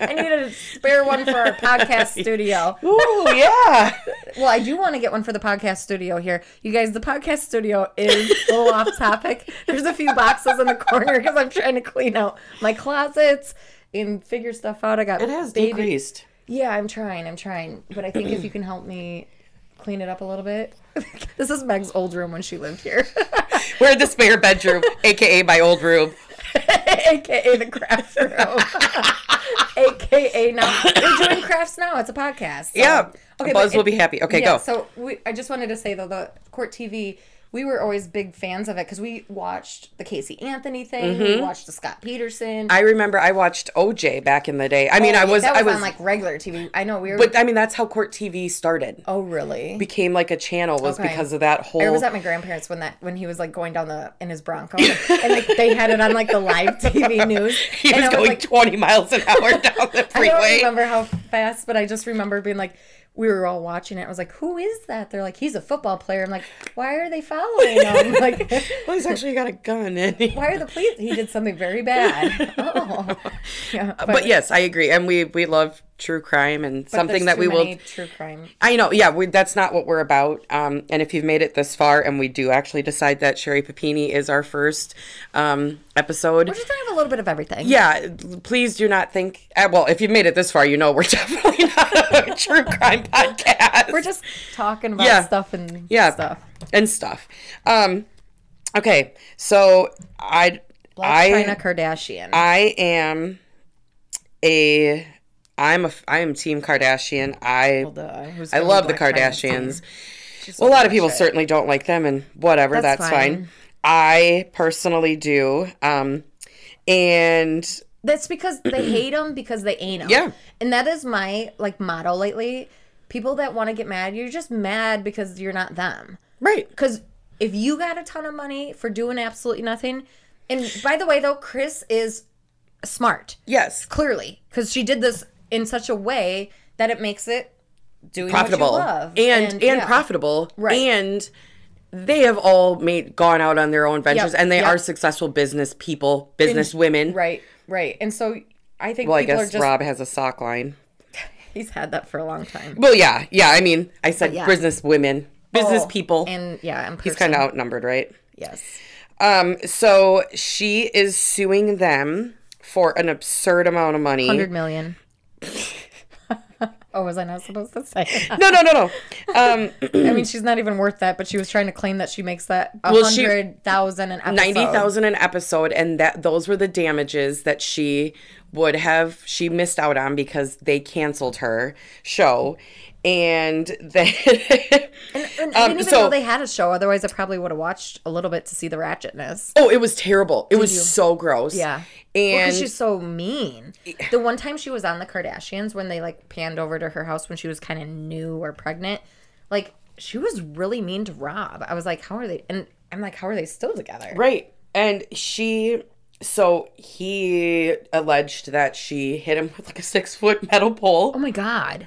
Speaker 1: I need a spare one for our podcast studio.
Speaker 2: Ooh, yeah.
Speaker 1: Well, I do want to get one for the podcast studio here. You guys, the podcast studio is a little off topic. There's a few boxes in the corner because I'm trying to clean out my closets and figure stuff out. I got
Speaker 2: It has
Speaker 1: baby-
Speaker 2: decreased.
Speaker 1: Yeah, I'm trying. I'm trying. But I think if you can help me clean it up a little bit. this is Meg's old room when she lived here,
Speaker 2: We're in the spare bedroom, aka my old room.
Speaker 1: aka the craft room, aka now we're doing crafts now. It's a podcast. so-
Speaker 2: Yeah.
Speaker 1: Okay, but
Speaker 2: Buzz will
Speaker 1: it-
Speaker 2: be happy. Okay,
Speaker 1: yeah,
Speaker 2: go.
Speaker 1: So we, I just wanted to say though, the court TV we were always big fans of it because we watched the Casey Anthony thing, we watched the Scott Peterson.
Speaker 2: Mm-hmm. I remember I watched OJ back in the day. I mean, I was,
Speaker 1: Oh, that
Speaker 2: I was,
Speaker 1: on like regular TV. I know we were.
Speaker 2: but I mean, that's how court TV started.
Speaker 1: oh, really?
Speaker 2: Became like a channel was
Speaker 1: Okay.
Speaker 2: because of that whole.
Speaker 1: I was at my grandparents when that when he was like going down the in his Bronco, and like they had it on like the live TV news.
Speaker 2: he
Speaker 1: and
Speaker 2: was
Speaker 1: I
Speaker 2: going
Speaker 1: like,
Speaker 2: 20 miles an hour down the
Speaker 1: I don't
Speaker 2: freeway.
Speaker 1: remember how fast, but I just remember being like, we were all watching it. I was like, who is that? They're like, he's a football player. I'm like, why are they following him? Like,
Speaker 2: well, he's actually got a gun. And he-
Speaker 1: why are the police? He did something very bad. Oh, yeah, but,
Speaker 2: but yes, I agree, and we we love true crime and something
Speaker 1: there's
Speaker 2: that
Speaker 1: too
Speaker 2: we
Speaker 1: many
Speaker 2: will.
Speaker 1: true crime.
Speaker 2: I know, yeah, we, that's not what we're about. Um, and if you've made it this far, and we do actually decide that Sherry Papini is our first um, episode.
Speaker 1: We're just gonna have a little bit of everything.
Speaker 2: yeah, please do not think. Uh, well, if you've made it this far, you know we're definitely not a true crime podcast.
Speaker 1: we're just talking about
Speaker 2: Yeah.
Speaker 1: stuff and
Speaker 2: yeah,
Speaker 1: stuff.
Speaker 2: and stuff. Um, okay, so I
Speaker 1: Black
Speaker 2: I
Speaker 1: China Kardashian.
Speaker 2: I am a I'm a I am Team Kardashian. I
Speaker 1: Duh, who's
Speaker 2: I
Speaker 1: gonna
Speaker 2: love the
Speaker 1: Black China?
Speaker 2: Kardashians. Well, a lot of people certainly don't like them, and whatever, that's,
Speaker 1: That's
Speaker 2: fine.
Speaker 1: fine.
Speaker 2: I personally do, um, and
Speaker 1: That's because they hate them because they ain't them.
Speaker 2: Yeah.
Speaker 1: And that is my like motto lately. People that want to get mad, you're just mad because you're not them.
Speaker 2: right.
Speaker 1: Because if you got a ton of money for doing absolutely nothing, and by the way though, Chris is smart
Speaker 2: Yes,
Speaker 1: clearly because she did this in such a way that it makes it doing
Speaker 2: profitable
Speaker 1: what you love
Speaker 2: and and,
Speaker 1: yeah.
Speaker 2: profitable
Speaker 1: Right.
Speaker 2: and they have all made gone out on their own ventures and they
Speaker 1: yep.
Speaker 2: are successful business people business women
Speaker 1: Right, right. And so I think
Speaker 2: well i
Speaker 1: people
Speaker 2: guess
Speaker 1: are just
Speaker 2: rob has a sock line
Speaker 1: he's had that for a long time.
Speaker 2: well yeah yeah i mean i said
Speaker 1: yeah.
Speaker 2: business women business
Speaker 1: Oh,
Speaker 2: people
Speaker 1: And yeah, and
Speaker 2: he's kind of outnumbered right
Speaker 1: yes.
Speaker 2: um so she is suing them for an absurd amount of money
Speaker 1: 100 million. oh, was I not supposed to say? that?
Speaker 2: no no no no um
Speaker 1: I mean, she's not even worth that, but she was trying to claim that she makes that a
Speaker 2: Well, she-
Speaker 1: 100,000 an episode.
Speaker 2: ninety thousand an episode, and that those were the damages that she would have she missed out on because they canceled her show, and that
Speaker 1: And I didn't even
Speaker 2: so-
Speaker 1: know they had a show, otherwise, I probably would have watched a little bit to see the ratchetness.
Speaker 2: oh, it was terrible. It was so gross.
Speaker 1: Yeah.
Speaker 2: and
Speaker 1: Because she's so mean. The one time she was on the Kardashians when they like panned over to her house when she was kind of new or pregnant, like she was really mean to Rob. I was like, how are they? And I'm like, how are they still together?
Speaker 2: right, and she. So he alleged that she hit him with like a six foot metal
Speaker 1: Oh
Speaker 2: pole.
Speaker 1: my god!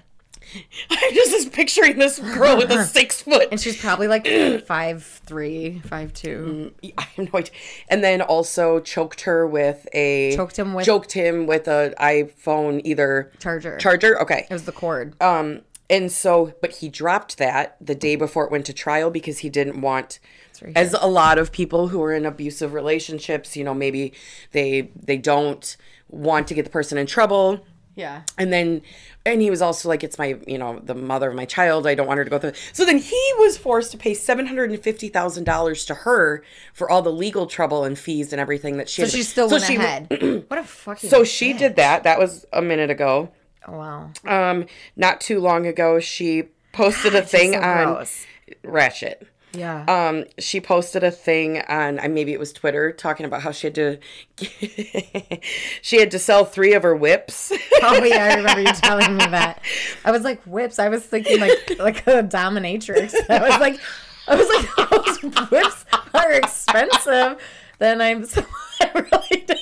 Speaker 2: I'm just is picturing this girl with a six foot
Speaker 1: And she's probably like five three, five two.
Speaker 2: I have no idea. And then also choked her with a
Speaker 1: Choked him with-
Speaker 2: choked him with a iPhone either
Speaker 1: Charger.
Speaker 2: charger. Okay.
Speaker 1: It was the cord.
Speaker 2: Um. And so, but he dropped that the day before it went to trial because he didn't want,
Speaker 1: right
Speaker 2: as a lot of people who are in abusive relationships, you know, maybe they they don't want to get the person in trouble
Speaker 1: yeah.
Speaker 2: and then and he was also like it's my you know the mother of my child i don't want her to go through so then he was forced to pay $750000 to her for all the legal trouble and fees and everything that she
Speaker 1: So
Speaker 2: had-
Speaker 1: she still went
Speaker 2: she-
Speaker 1: ahead. what a fucking.
Speaker 2: so she did that that was a minute ago
Speaker 1: Oh, wow.
Speaker 2: um not too long ago she posted a thing
Speaker 1: so
Speaker 2: on
Speaker 1: gross.
Speaker 2: ratchet
Speaker 1: Yeah.
Speaker 2: um, she posted a thing on uh, maybe it was Twitter talking about how she had to she had to sell three of her whips.
Speaker 1: Oh yeah, I remember you telling me that. I was like whips. I was thinking like like a dominatrix. I was like, I was like "Oh, those whips are expensive. Then I'm so I really did.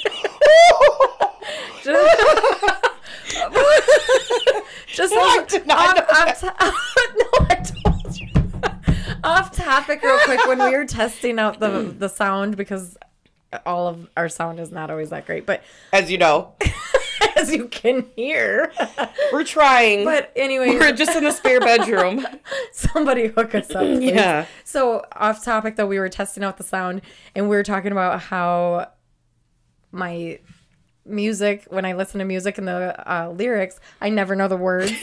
Speaker 1: Just
Speaker 2: I did
Speaker 1: Um,
Speaker 2: not know
Speaker 1: off, off to- no, I told you. off topic, real quick. When we were testing out the the sound because all of our sound is not always that great, but
Speaker 2: As you know,
Speaker 1: as you can hear.
Speaker 2: we're trying.
Speaker 1: But anyway,
Speaker 2: We're just in the spare bedroom.
Speaker 1: somebody hook us up. please.
Speaker 2: Yeah.
Speaker 1: So off topic though, we were testing out the sound and we were talking about how my music, when I listen to music and the uh, lyrics, I never know the words.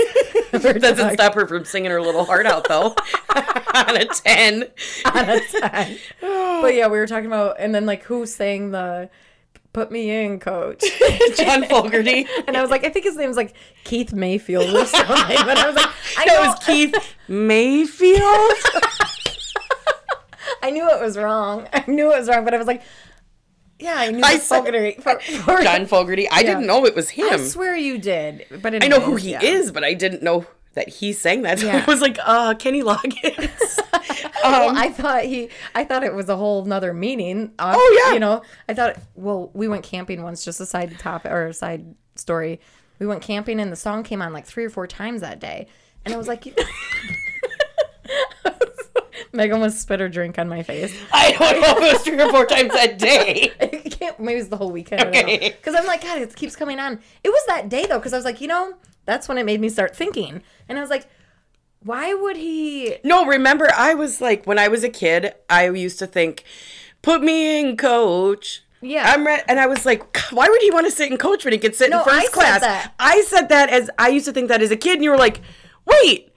Speaker 1: We're
Speaker 2: Doesn't
Speaker 1: talking
Speaker 2: stop her from singing her little heart out though. On a ten.
Speaker 1: out of time. But yeah, we were talking about and then like who sang the "Put Me In, Coach."
Speaker 2: John Fogerty.
Speaker 1: And I was like, I think his name's like Keith Mayfield or something. But I was like, I
Speaker 2: That
Speaker 1: know,
Speaker 2: was Keith Mayfield.
Speaker 1: I knew knew it was wrong. I knew it was wrong, but I was like, yeah, I knew I
Speaker 2: said-
Speaker 1: Fogarty. For, for,
Speaker 2: John Fogerty. I didn't know it was him.
Speaker 1: I swear you did. But
Speaker 2: I know who he
Speaker 1: yeah.
Speaker 2: is, but I didn't know that he sang that. So
Speaker 1: Yeah.
Speaker 2: I was like, uh, Kenny Loggins.
Speaker 1: well,
Speaker 2: Um,
Speaker 1: I thought he, I thought it was a whole nother meaning. Uh,
Speaker 2: Oh, yeah.
Speaker 1: you know, I thought. Well, we went camping once. Just a side topic or a side story. We went camping and the song came on like three or four times that day, and I was like, Megan was spit her drink on my face.
Speaker 2: I don't know if it was three or four times a day.
Speaker 1: I can't, maybe it's the whole weekend.
Speaker 2: Okay.
Speaker 1: Because I'm like, God, it keeps coming on. It was that day though, because I was like, you know, that's when it made me start thinking, and I was like, why would he?
Speaker 2: No, remember, I was like, when I was a kid, I used to think, put me in coach.
Speaker 1: Yeah.
Speaker 2: I'm re And I was like, "God, why would he want to sit in coach when he could sit
Speaker 1: No,
Speaker 2: in first
Speaker 1: I said
Speaker 2: class?
Speaker 1: that.
Speaker 2: I said that as I used to think that as a kid. And you were like, wait,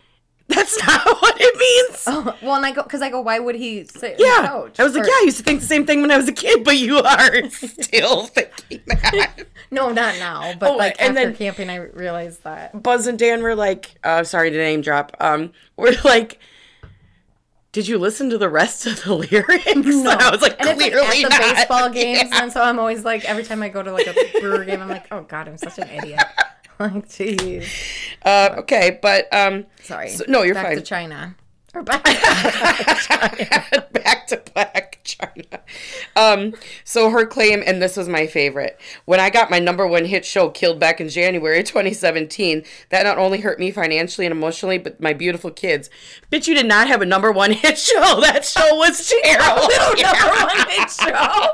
Speaker 2: that's not what it means.
Speaker 1: Well, and I go because I go, why would he sit? in the
Speaker 2: yeah.
Speaker 1: couch?
Speaker 2: I was like,
Speaker 1: Or-
Speaker 2: yeah, I used to think the same thing when I was a kid, but you are still thinking that.
Speaker 1: No, not now, but
Speaker 2: Oh,
Speaker 1: like
Speaker 2: and
Speaker 1: after
Speaker 2: then-
Speaker 1: camping, I realized that.
Speaker 2: Buzz and Dan were like, uh, sorry to name drop. Um, we're like, did you listen to the rest of the lyrics? And I was like,
Speaker 1: and
Speaker 2: clearly
Speaker 1: it's like at the
Speaker 2: not.
Speaker 1: baseball games,
Speaker 2: Yeah.
Speaker 1: and so I'm always like, every time I go to like a brewer game, I'm like, oh god, I'm such an idiot. Like, jeez,
Speaker 2: Uh, okay, but um,
Speaker 1: sorry.
Speaker 2: So- no, you're
Speaker 1: back To
Speaker 2: fine.
Speaker 1: China or back.
Speaker 2: back to black China. Um, so her claim, and this was my favorite. When I got my number one hit show killed back in January 2017, that not only hurt me financially and emotionally, but my beautiful kids. Bitch, you did not have a number one hit show. That show was terrible.
Speaker 1: number one hit show.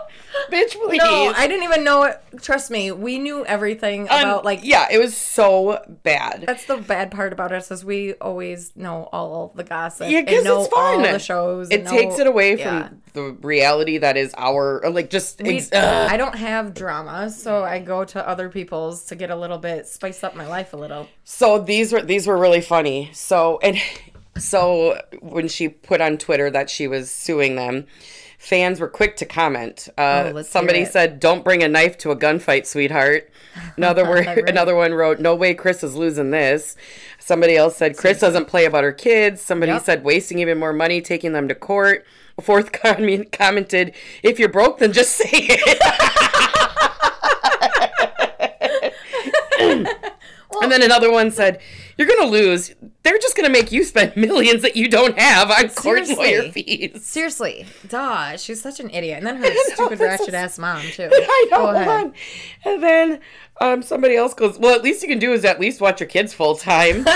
Speaker 2: Bitch, please.
Speaker 1: No, I didn't even know it. Trust me, we knew everything
Speaker 2: Un-
Speaker 1: about like.
Speaker 2: Um, yeah, it was so bad.
Speaker 1: That's the bad part about us is we always know all the gossip.
Speaker 2: Yeah,
Speaker 1: and
Speaker 2: 'cause
Speaker 1: know
Speaker 2: it's fun.
Speaker 1: All the shows.
Speaker 2: It
Speaker 1: and know-
Speaker 2: takes it away
Speaker 1: yeah.
Speaker 2: from the reality that is our or, like just
Speaker 1: We-
Speaker 2: ex- ugh.
Speaker 1: I don't have drama, so I go to other people's to get a little bit spice up my life a little.
Speaker 2: so these were these were really funny. So and so when she put on Twitter that she was suing them, fans were quick to comment. Uh,
Speaker 1: Oh, let's hear
Speaker 2: somebody
Speaker 1: it.
Speaker 2: said, "Don't bring a knife to a gunfight, sweetheart." Another word,
Speaker 1: Right.
Speaker 2: another one wrote, "No way, Chris is losing this." Somebody else said, "Chris doesn't play about her kids." Somebody
Speaker 1: Yep.
Speaker 2: said, "Wasting even more money taking them to court." A fourth comment commented, "If you're broke, then just say it." And then another one said, "You're gonna lose. They're just gonna make you spend millions that you don't have on court
Speaker 1: Seriously.
Speaker 2: lawyer fees."
Speaker 1: Seriously, duh, she's such an idiot. And then her stupid
Speaker 2: that's
Speaker 1: ratchet
Speaker 2: so-
Speaker 1: ass mom too.
Speaker 2: I know.
Speaker 1: Go
Speaker 2: Hold
Speaker 1: ahead.
Speaker 2: on. And then um, somebody else goes, "Well, at least you can do is at least watch your kids full time."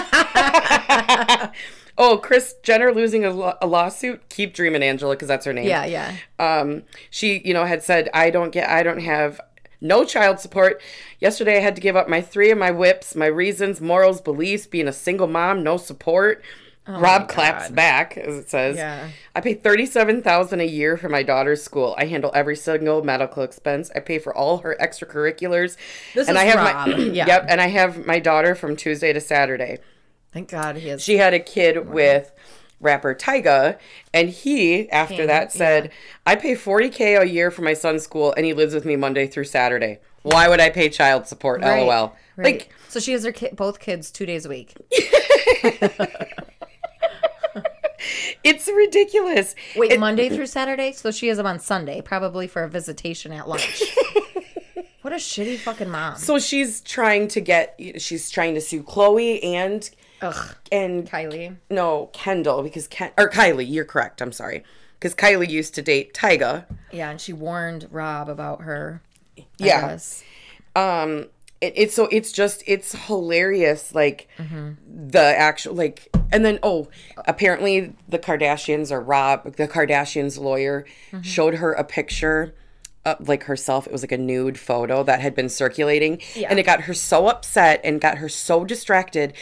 Speaker 2: oh, Chris Jenner losing a, law- a lawsuit. Keep dreaming, Angela, because that's her name.
Speaker 1: Yeah, yeah.
Speaker 2: um, she you know had said i don't get i don't have no child support yesterday i had to give up my three of my whips my reasons morals beliefs being a single mom no support rob claps back as it says
Speaker 1: Oh Yeah.
Speaker 2: i pay 37000 a year for my daughter's school i handle every single medical expense i pay for all her extracurriculars
Speaker 1: This
Speaker 2: and i
Speaker 1: is
Speaker 2: have my
Speaker 1: Rob, yeah.
Speaker 2: yep and i have my daughter from tuesday to saturday
Speaker 1: Thank God he is.
Speaker 2: she had a kid with rapper Tyga, and he, after that, said, I pay 40K a year for my son's school, and he lives with me Monday through Saturday. Why would I pay child support?
Speaker 1: Right,
Speaker 2: LOL.
Speaker 1: right.
Speaker 2: Like,
Speaker 1: so she has her ki- both kids two days a week.
Speaker 2: it's ridiculous.
Speaker 1: Wait, Monday through Saturday. So she has them on Sunday, probably for a visitation at lunch. what a shitty fucking mom.
Speaker 2: So she's trying to get, she's trying to sue Chloe and,
Speaker 1: Ugh,
Speaker 2: and
Speaker 1: Kylie.
Speaker 2: no, Kendall, because Ken, or Kylie, you're correct. I'm sorry. Because Kylie used to date Tyga.
Speaker 1: Yeah, and she warned Rob about her. I
Speaker 2: Yeah.
Speaker 1: guess.
Speaker 2: um it, it's so it's just it's hilarious like the actual like and then oh apparently the kardashians or rob the kardashians lawyer showed her a picture of like herself it was like a nude photo that had been circulating and it got her so upset and got her so distracted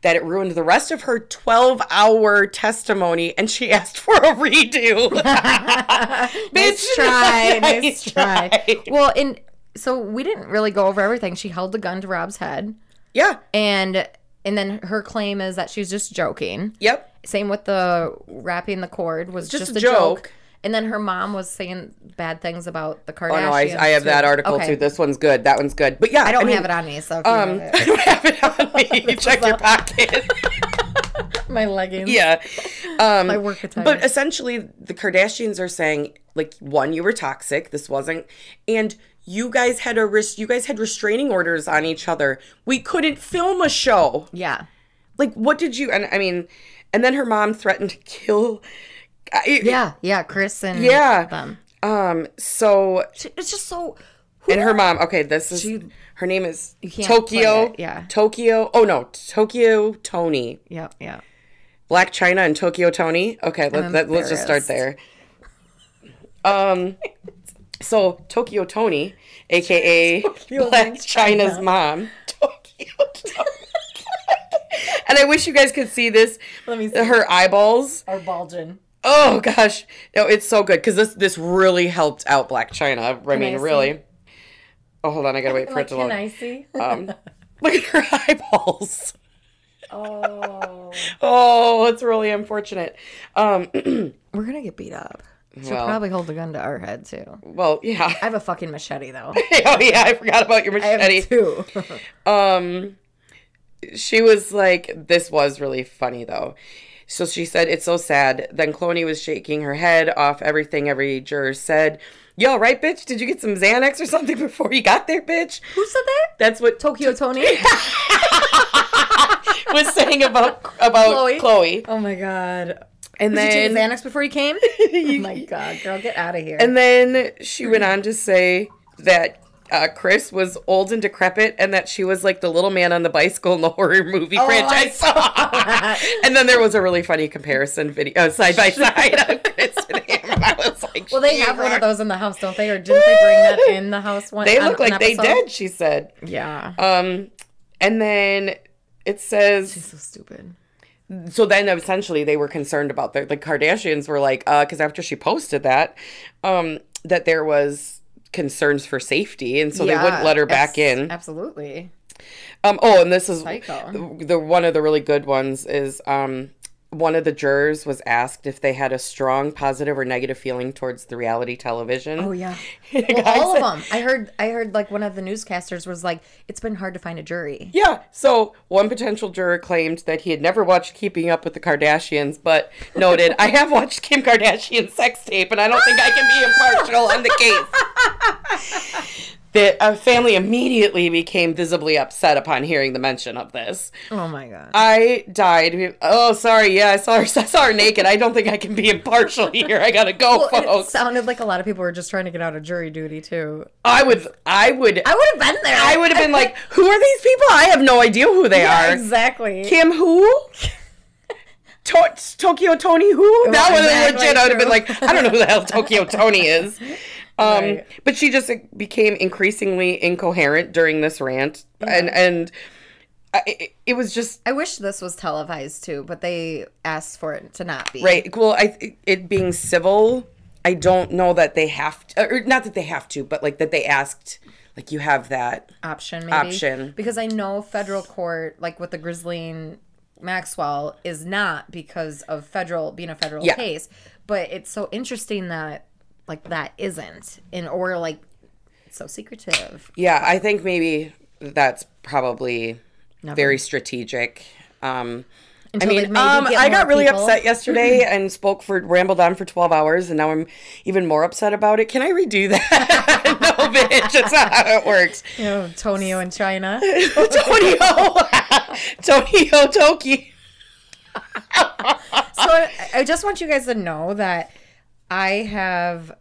Speaker 2: that it ruined the rest of her 12 hour testimony and she asked for a redo bitch
Speaker 1: Nice try. Nice try.
Speaker 2: try.
Speaker 1: Well, and so we didn't really go over everything. She held the gun to Rob's head,
Speaker 2: yeah
Speaker 1: and and then her claim is that she's just joking.
Speaker 2: yep
Speaker 1: Same with the wrapping the cord was just,
Speaker 2: Just
Speaker 1: a
Speaker 2: a
Speaker 1: joke.
Speaker 2: joke.
Speaker 1: And then her mom was saying bad things about the Kardashians.
Speaker 2: Oh no, I, I have that article
Speaker 1: Okay.
Speaker 2: too. This one's good. That one's good. But yeah,
Speaker 1: I don't
Speaker 2: mean,
Speaker 1: have it on me, so if you have
Speaker 2: Um,
Speaker 1: it.
Speaker 2: I don't have it on me. Check your pocket.
Speaker 1: my leggings.
Speaker 2: yeah. Um,
Speaker 1: My work attire.
Speaker 2: But essentially, the Kardashians are saying, like, one, you were toxic. This wasn't, and you guys had a risk. You guys had restraining orders on each other. We couldn't film a show.
Speaker 1: Yeah.
Speaker 2: Like, what did you? And I mean, and then her mom threatened to kill. I,
Speaker 1: Yeah. Yeah. Chris and
Speaker 2: Yeah.
Speaker 1: them.
Speaker 2: Um. So,
Speaker 1: It's just so.
Speaker 2: and her mom. Okay, this is
Speaker 1: She-
Speaker 2: her name is
Speaker 1: can't play
Speaker 2: Tokyo.
Speaker 1: it, yeah.
Speaker 2: Tokyo. Oh no, Tokyo Tony.
Speaker 1: Yeah. Yeah.
Speaker 2: Black China and Tokyo Tony. Okay, let, let, let's just start there. Um, so Tokyo Tony, aka Black China's mom, Tokyo Tony. and I wish you guys could see this.
Speaker 1: Let me see.
Speaker 2: Her eyeballs.
Speaker 1: Or Bulgin.
Speaker 2: Oh gosh, no, it's so good because this this really helped out Black China. I mean,
Speaker 1: I see?
Speaker 2: really. Oh, hold on, I gotta wait for it
Speaker 1: Like,
Speaker 2: to
Speaker 1: can
Speaker 2: load.
Speaker 1: I see?
Speaker 2: Um, look at her eyeballs.
Speaker 1: oh.
Speaker 2: Oh, it's really unfortunate. Um,
Speaker 1: We're going to get beat up. She'll
Speaker 2: Well.
Speaker 1: probably hold a gun to our head, too.
Speaker 2: well, yeah.
Speaker 1: I have a fucking machete, though.
Speaker 2: oh yeah, I forgot about your
Speaker 1: I have
Speaker 2: machete.
Speaker 1: two.
Speaker 2: Um, she was like, "This was really funny, though." So she said, "It's so sad." Then Cloney was shaking her head off everything every juror said. Yo, right, bitch? Did you get some Xanax or something before you got there, bitch?
Speaker 1: Who said that?
Speaker 2: That's what
Speaker 1: Tokyo Tony?
Speaker 2: was saying about about
Speaker 1: Chloe.
Speaker 2: Chloe.
Speaker 1: oh my god.
Speaker 2: And
Speaker 1: Did you take
Speaker 2: then
Speaker 1: Xanax before you came? oh my god, girl, get out of here.
Speaker 2: and then she went on to say that uh, Chris was old and decrepit, and that she was like the little man on the bicycle in the horror movie
Speaker 1: Oh, I
Speaker 2: franchise. and then there was a really funny comparison video uh, side by side of Chris and him. And I was like,
Speaker 1: well, they
Speaker 2: "You
Speaker 1: have one
Speaker 2: rock."
Speaker 1: of those in the house, don't they? Or didn't they bring that in the house one?
Speaker 2: They
Speaker 1: on
Speaker 2: look
Speaker 1: an
Speaker 2: like they
Speaker 1: episode?
Speaker 2: did. She said.
Speaker 1: Yeah.
Speaker 2: Um, and then it says
Speaker 1: so stupid.
Speaker 2: so then essentially they were concerned about the the Kardashians were like uh cuz after she posted that um that there was concerns for safety and so they wouldn't let her back
Speaker 1: abs-
Speaker 2: in.
Speaker 1: Absolutely.
Speaker 2: Um oh and this is
Speaker 1: Psycho.
Speaker 2: the one of the really good ones is um one of the jurors was asked if they had a strong positive or negative feeling towards the reality television.
Speaker 1: Oh yeah. Well, all of them. I heard. I heard like one of the newscasters was like, "It's been hard to find a jury."
Speaker 2: Yeah, so one potential juror claimed that he had never watched Keeping Up with the Kardashians, but noted, I have watched Kim Kardashian's sex tape, and I don't think I can be impartial on the case. The uh, family immediately became visibly upset upon hearing the mention of this.
Speaker 1: Oh my god.
Speaker 2: I died. Oh, sorry. Yeah, I saw her, I saw her naked. I don't think I can be impartial here. I gotta go,
Speaker 1: Well, it
Speaker 2: folks.
Speaker 1: sounded like a lot of people were just trying to get out of jury duty too.
Speaker 2: I would. I would.
Speaker 1: I would have been there.
Speaker 2: I would have been like, "Who are these people? I have no idea who they
Speaker 1: Yeah,
Speaker 2: are."
Speaker 1: exactly.
Speaker 2: Kim who? To- Tokyo Tony who? That would have
Speaker 1: exactly
Speaker 2: legit. I would have been
Speaker 1: true.
Speaker 2: like, I don't know who the hell Tokyo Tony is. Um,
Speaker 1: Right.
Speaker 2: But she just became increasingly incoherent during this rant, and and I, it, it was just
Speaker 1: I wish this was televised too, but they asked for it to not be.
Speaker 2: right. Well, I it being civil, I don't know that they have to, or not that they have to, but like that they asked, like you have that.
Speaker 1: Option maybe.
Speaker 2: Option.
Speaker 1: Because I know federal court, like with the Grisleen Maxwell, is not because of federal being a federal
Speaker 2: Yeah.
Speaker 1: case. But it's so interesting that like that isn't. And or like it's so secretive.
Speaker 2: Yeah, I think maybe that's probably
Speaker 1: Never.
Speaker 2: very strategic. Um, I
Speaker 1: Until
Speaker 2: mean,
Speaker 1: they maybe
Speaker 2: um,
Speaker 1: get
Speaker 2: I
Speaker 1: more
Speaker 2: got really
Speaker 1: people.
Speaker 2: upset yesterday and spoke for rambled on for twelve hours, and now I'm even more upset about it. Can I redo that? no, bitch, that's not how it works.
Speaker 1: You know, Tonio in China.
Speaker 2: Tonio, Tonio Toki.
Speaker 1: so I, I just want you guys to know that I have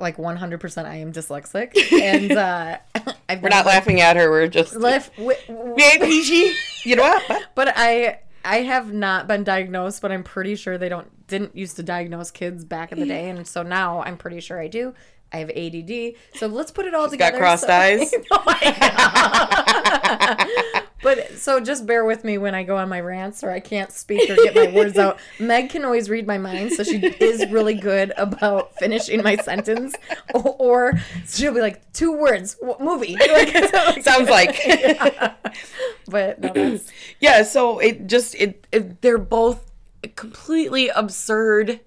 Speaker 1: like 100% I am dyslexic and uh I've
Speaker 2: We're not laughing at her. We're just
Speaker 1: left wi- w-
Speaker 2: you know what?
Speaker 1: but I I have not been diagnosed but I'm pretty sure they don't didn't used to diagnose kids back in the day and so now I'm pretty sure I do. I have ADD. So let's put it all
Speaker 2: got
Speaker 1: together.
Speaker 2: crossed
Speaker 1: so-
Speaker 2: eyes.
Speaker 1: No, I know. but so just bear with me when I go on my rants or I can't speak or get my words out. Meg can always read my mind, so she is really good about finishing my sentence. Or, or she'll be like, two words, w- movie. Like,
Speaker 2: Sounds like
Speaker 1: but no, that's,
Speaker 2: yeah. So it just it, it they're both completely absurd,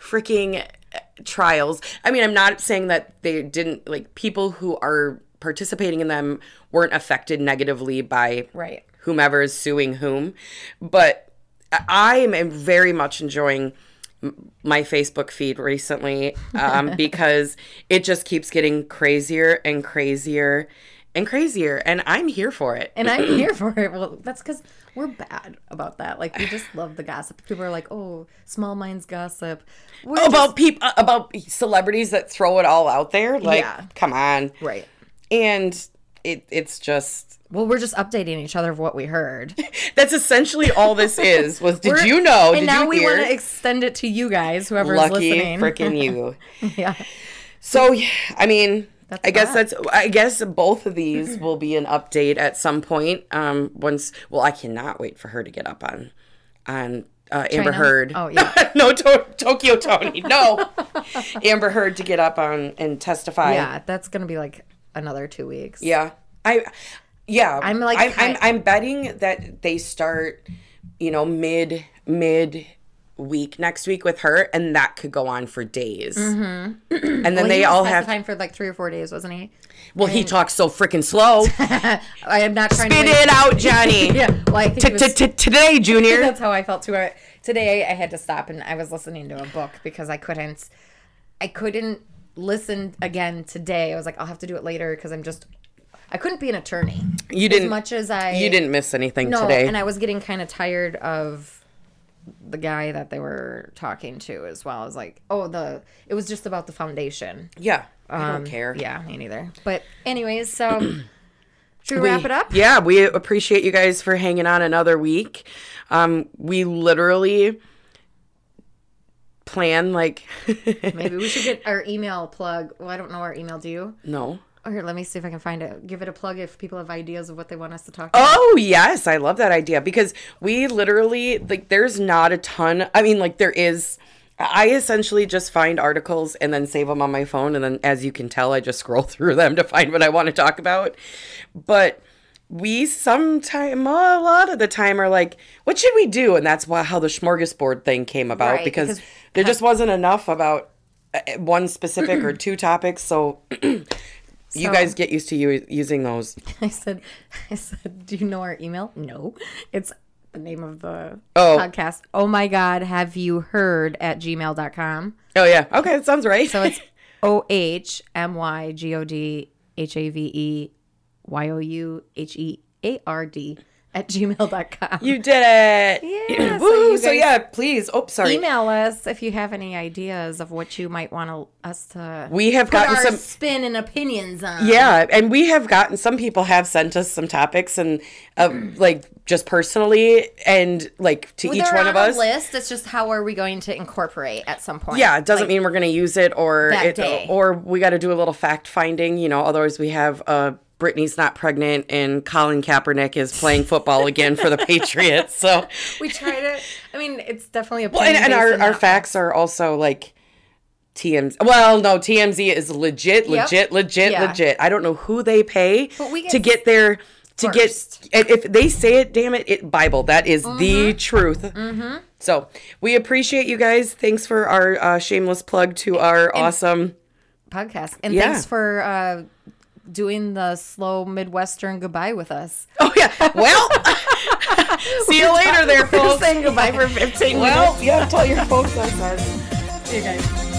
Speaker 2: freaking uh, trials. I mean, I'm not saying that they didn't like people who are participating in them weren't affected negatively by
Speaker 1: right.
Speaker 2: whomever is suing whom, but I am very much enjoying m- my Facebook feed recently um, because it just keeps getting crazier and crazier and crazier, and I'm here for it.
Speaker 1: And I'm here for it. Well, that's because we're bad about that. Like, we just love the gossip. People are like, oh, small minds gossip. We're
Speaker 2: about people, about celebrities that throw it all out there. Like,
Speaker 1: Yeah.
Speaker 2: come on,
Speaker 1: just- right.
Speaker 2: and it, it's just
Speaker 1: Well, we're just updating each other of what we heard.
Speaker 2: that's essentially all this is. Was did
Speaker 1: We're-
Speaker 2: you know?
Speaker 1: And
Speaker 2: did
Speaker 1: now
Speaker 2: you
Speaker 1: we
Speaker 2: hear?
Speaker 1: want to extend it to you guys, whoever's
Speaker 2: lucky
Speaker 1: listening.
Speaker 2: freaking you.
Speaker 1: yeah.
Speaker 2: So yeah, I mean, I guess
Speaker 1: that.
Speaker 2: that's I guess both of these will be an update at some point. Um, once well, I cannot wait for her to get up on on uh, Amber Heard.
Speaker 1: Oh, yeah.
Speaker 2: no to- Tokyo Tony. No, Amber Heard to get up on and testify.
Speaker 1: Yeah. That's going to be like another two weeks.
Speaker 2: Yeah. I yeah.
Speaker 1: I'm, like,
Speaker 2: I'm, I'm
Speaker 1: ki-
Speaker 2: I'm betting that they start, you know, mid mid week next week with her, and that could go on for days. and then
Speaker 1: Mm-hmm. Well,
Speaker 2: they
Speaker 1: he
Speaker 2: all
Speaker 1: was
Speaker 2: have.
Speaker 1: testifying for like three or four days, wasn't he?
Speaker 2: Well, he talks so freaking slow. Spit
Speaker 1: I am not trying to.
Speaker 2: it out, Johnny.
Speaker 1: Yeah. Well, I think he was-
Speaker 2: Today, Junior.
Speaker 1: That's how I felt too. I, today I had to stop and I was listening to a book because I couldn't I couldn't listen again today. I was like I'll have to do it later because I'm just I couldn't be an attorney.
Speaker 2: You
Speaker 1: As
Speaker 2: didn't.
Speaker 1: much as I
Speaker 2: you didn't miss anything
Speaker 1: no,
Speaker 2: today.
Speaker 1: and I was getting kind of tired of the guy that they were talking to as well. I was like, "Oh, the it was just about the foundation."
Speaker 2: yeah. I
Speaker 1: Um,
Speaker 2: don't care.
Speaker 1: Yeah, me neither. But anyways, so should we wrap it up?
Speaker 2: Yeah, we appreciate you guys for hanging on another week. Um, we literally plan like
Speaker 1: Maybe we should get our email plug. Well, I don't know our email. Do you?
Speaker 2: no.
Speaker 1: Oh, here, let me see if I can find it. Give it a plug if people have ideas of what they want us to talk about.
Speaker 2: Oh yes, I love that idea because we literally like there's not a ton. I mean, like there is. I essentially just find articles and then save them on my phone, and then as you can tell, I just scroll through them to find what I want to talk about. But we sometime a lot of the time are like, what should we do? And that's why how the smorgasbord thing came about
Speaker 1: Right,
Speaker 2: because,
Speaker 1: because-
Speaker 2: there just wasn't enough about uh, one specific or two topics. So. You
Speaker 1: So-
Speaker 2: guys get used to you using those.
Speaker 1: I said, I said, do you know our email? No, it's the name of the
Speaker 2: Oh.
Speaker 1: podcast. Oh my God, have you heard at gmail.com?
Speaker 2: Oh yeah, okay, that sounds right.
Speaker 1: So it's O H M Y G O D H A V E Y O U H E A R D at gmail.com.
Speaker 2: You did it.
Speaker 1: Yeah, so
Speaker 2: Woo.
Speaker 1: you
Speaker 2: So,
Speaker 1: guys-
Speaker 2: yeah, please. Oh, sorry.
Speaker 1: Email us if you have any ideas of what you might want to, us to
Speaker 2: We have
Speaker 1: put
Speaker 2: gotten
Speaker 1: our
Speaker 2: some.
Speaker 1: spin and opinions on.
Speaker 2: Yeah, and we have gotten some people have sent us some topics and uh, like just personally and like to
Speaker 1: Well,
Speaker 2: each
Speaker 1: they're
Speaker 2: one
Speaker 1: on
Speaker 2: of us.
Speaker 1: A list. It's just how are we going to incorporate at some point?
Speaker 2: Yeah, it doesn't mean we're going to use it or
Speaker 1: That
Speaker 2: it,
Speaker 1: day.
Speaker 2: or we got to do a little fact finding, you know, otherwise we have uh Brittany's not pregnant and Colin Kaepernick is playing football again for the Patriots. So
Speaker 1: we try to. I mean, it's definitely a.
Speaker 2: Well, and, and our, our facts are also like TMZ. Well, no, TMZ is legit,
Speaker 1: Yep.
Speaker 2: legit, legit,
Speaker 1: Yeah.
Speaker 2: legit. I don't know who they pay
Speaker 1: we get
Speaker 2: to get their to
Speaker 1: first. Mm-hmm.
Speaker 2: get. and If they say it, damn it, it Bible. That is the truth. So we appreciate you guys. Thanks for our uh, shameless plug to our awesome.
Speaker 1: podcast. And
Speaker 2: Yeah.
Speaker 1: thanks for uh, doing the slow Midwestern goodbye with us.
Speaker 2: Oh yeah. Well. see you later, there,
Speaker 1: We're
Speaker 2: folks.
Speaker 1: saying goodbye for fifteen.
Speaker 2: Well, yeah. Tell your folks I said.
Speaker 1: minutes. See you guys.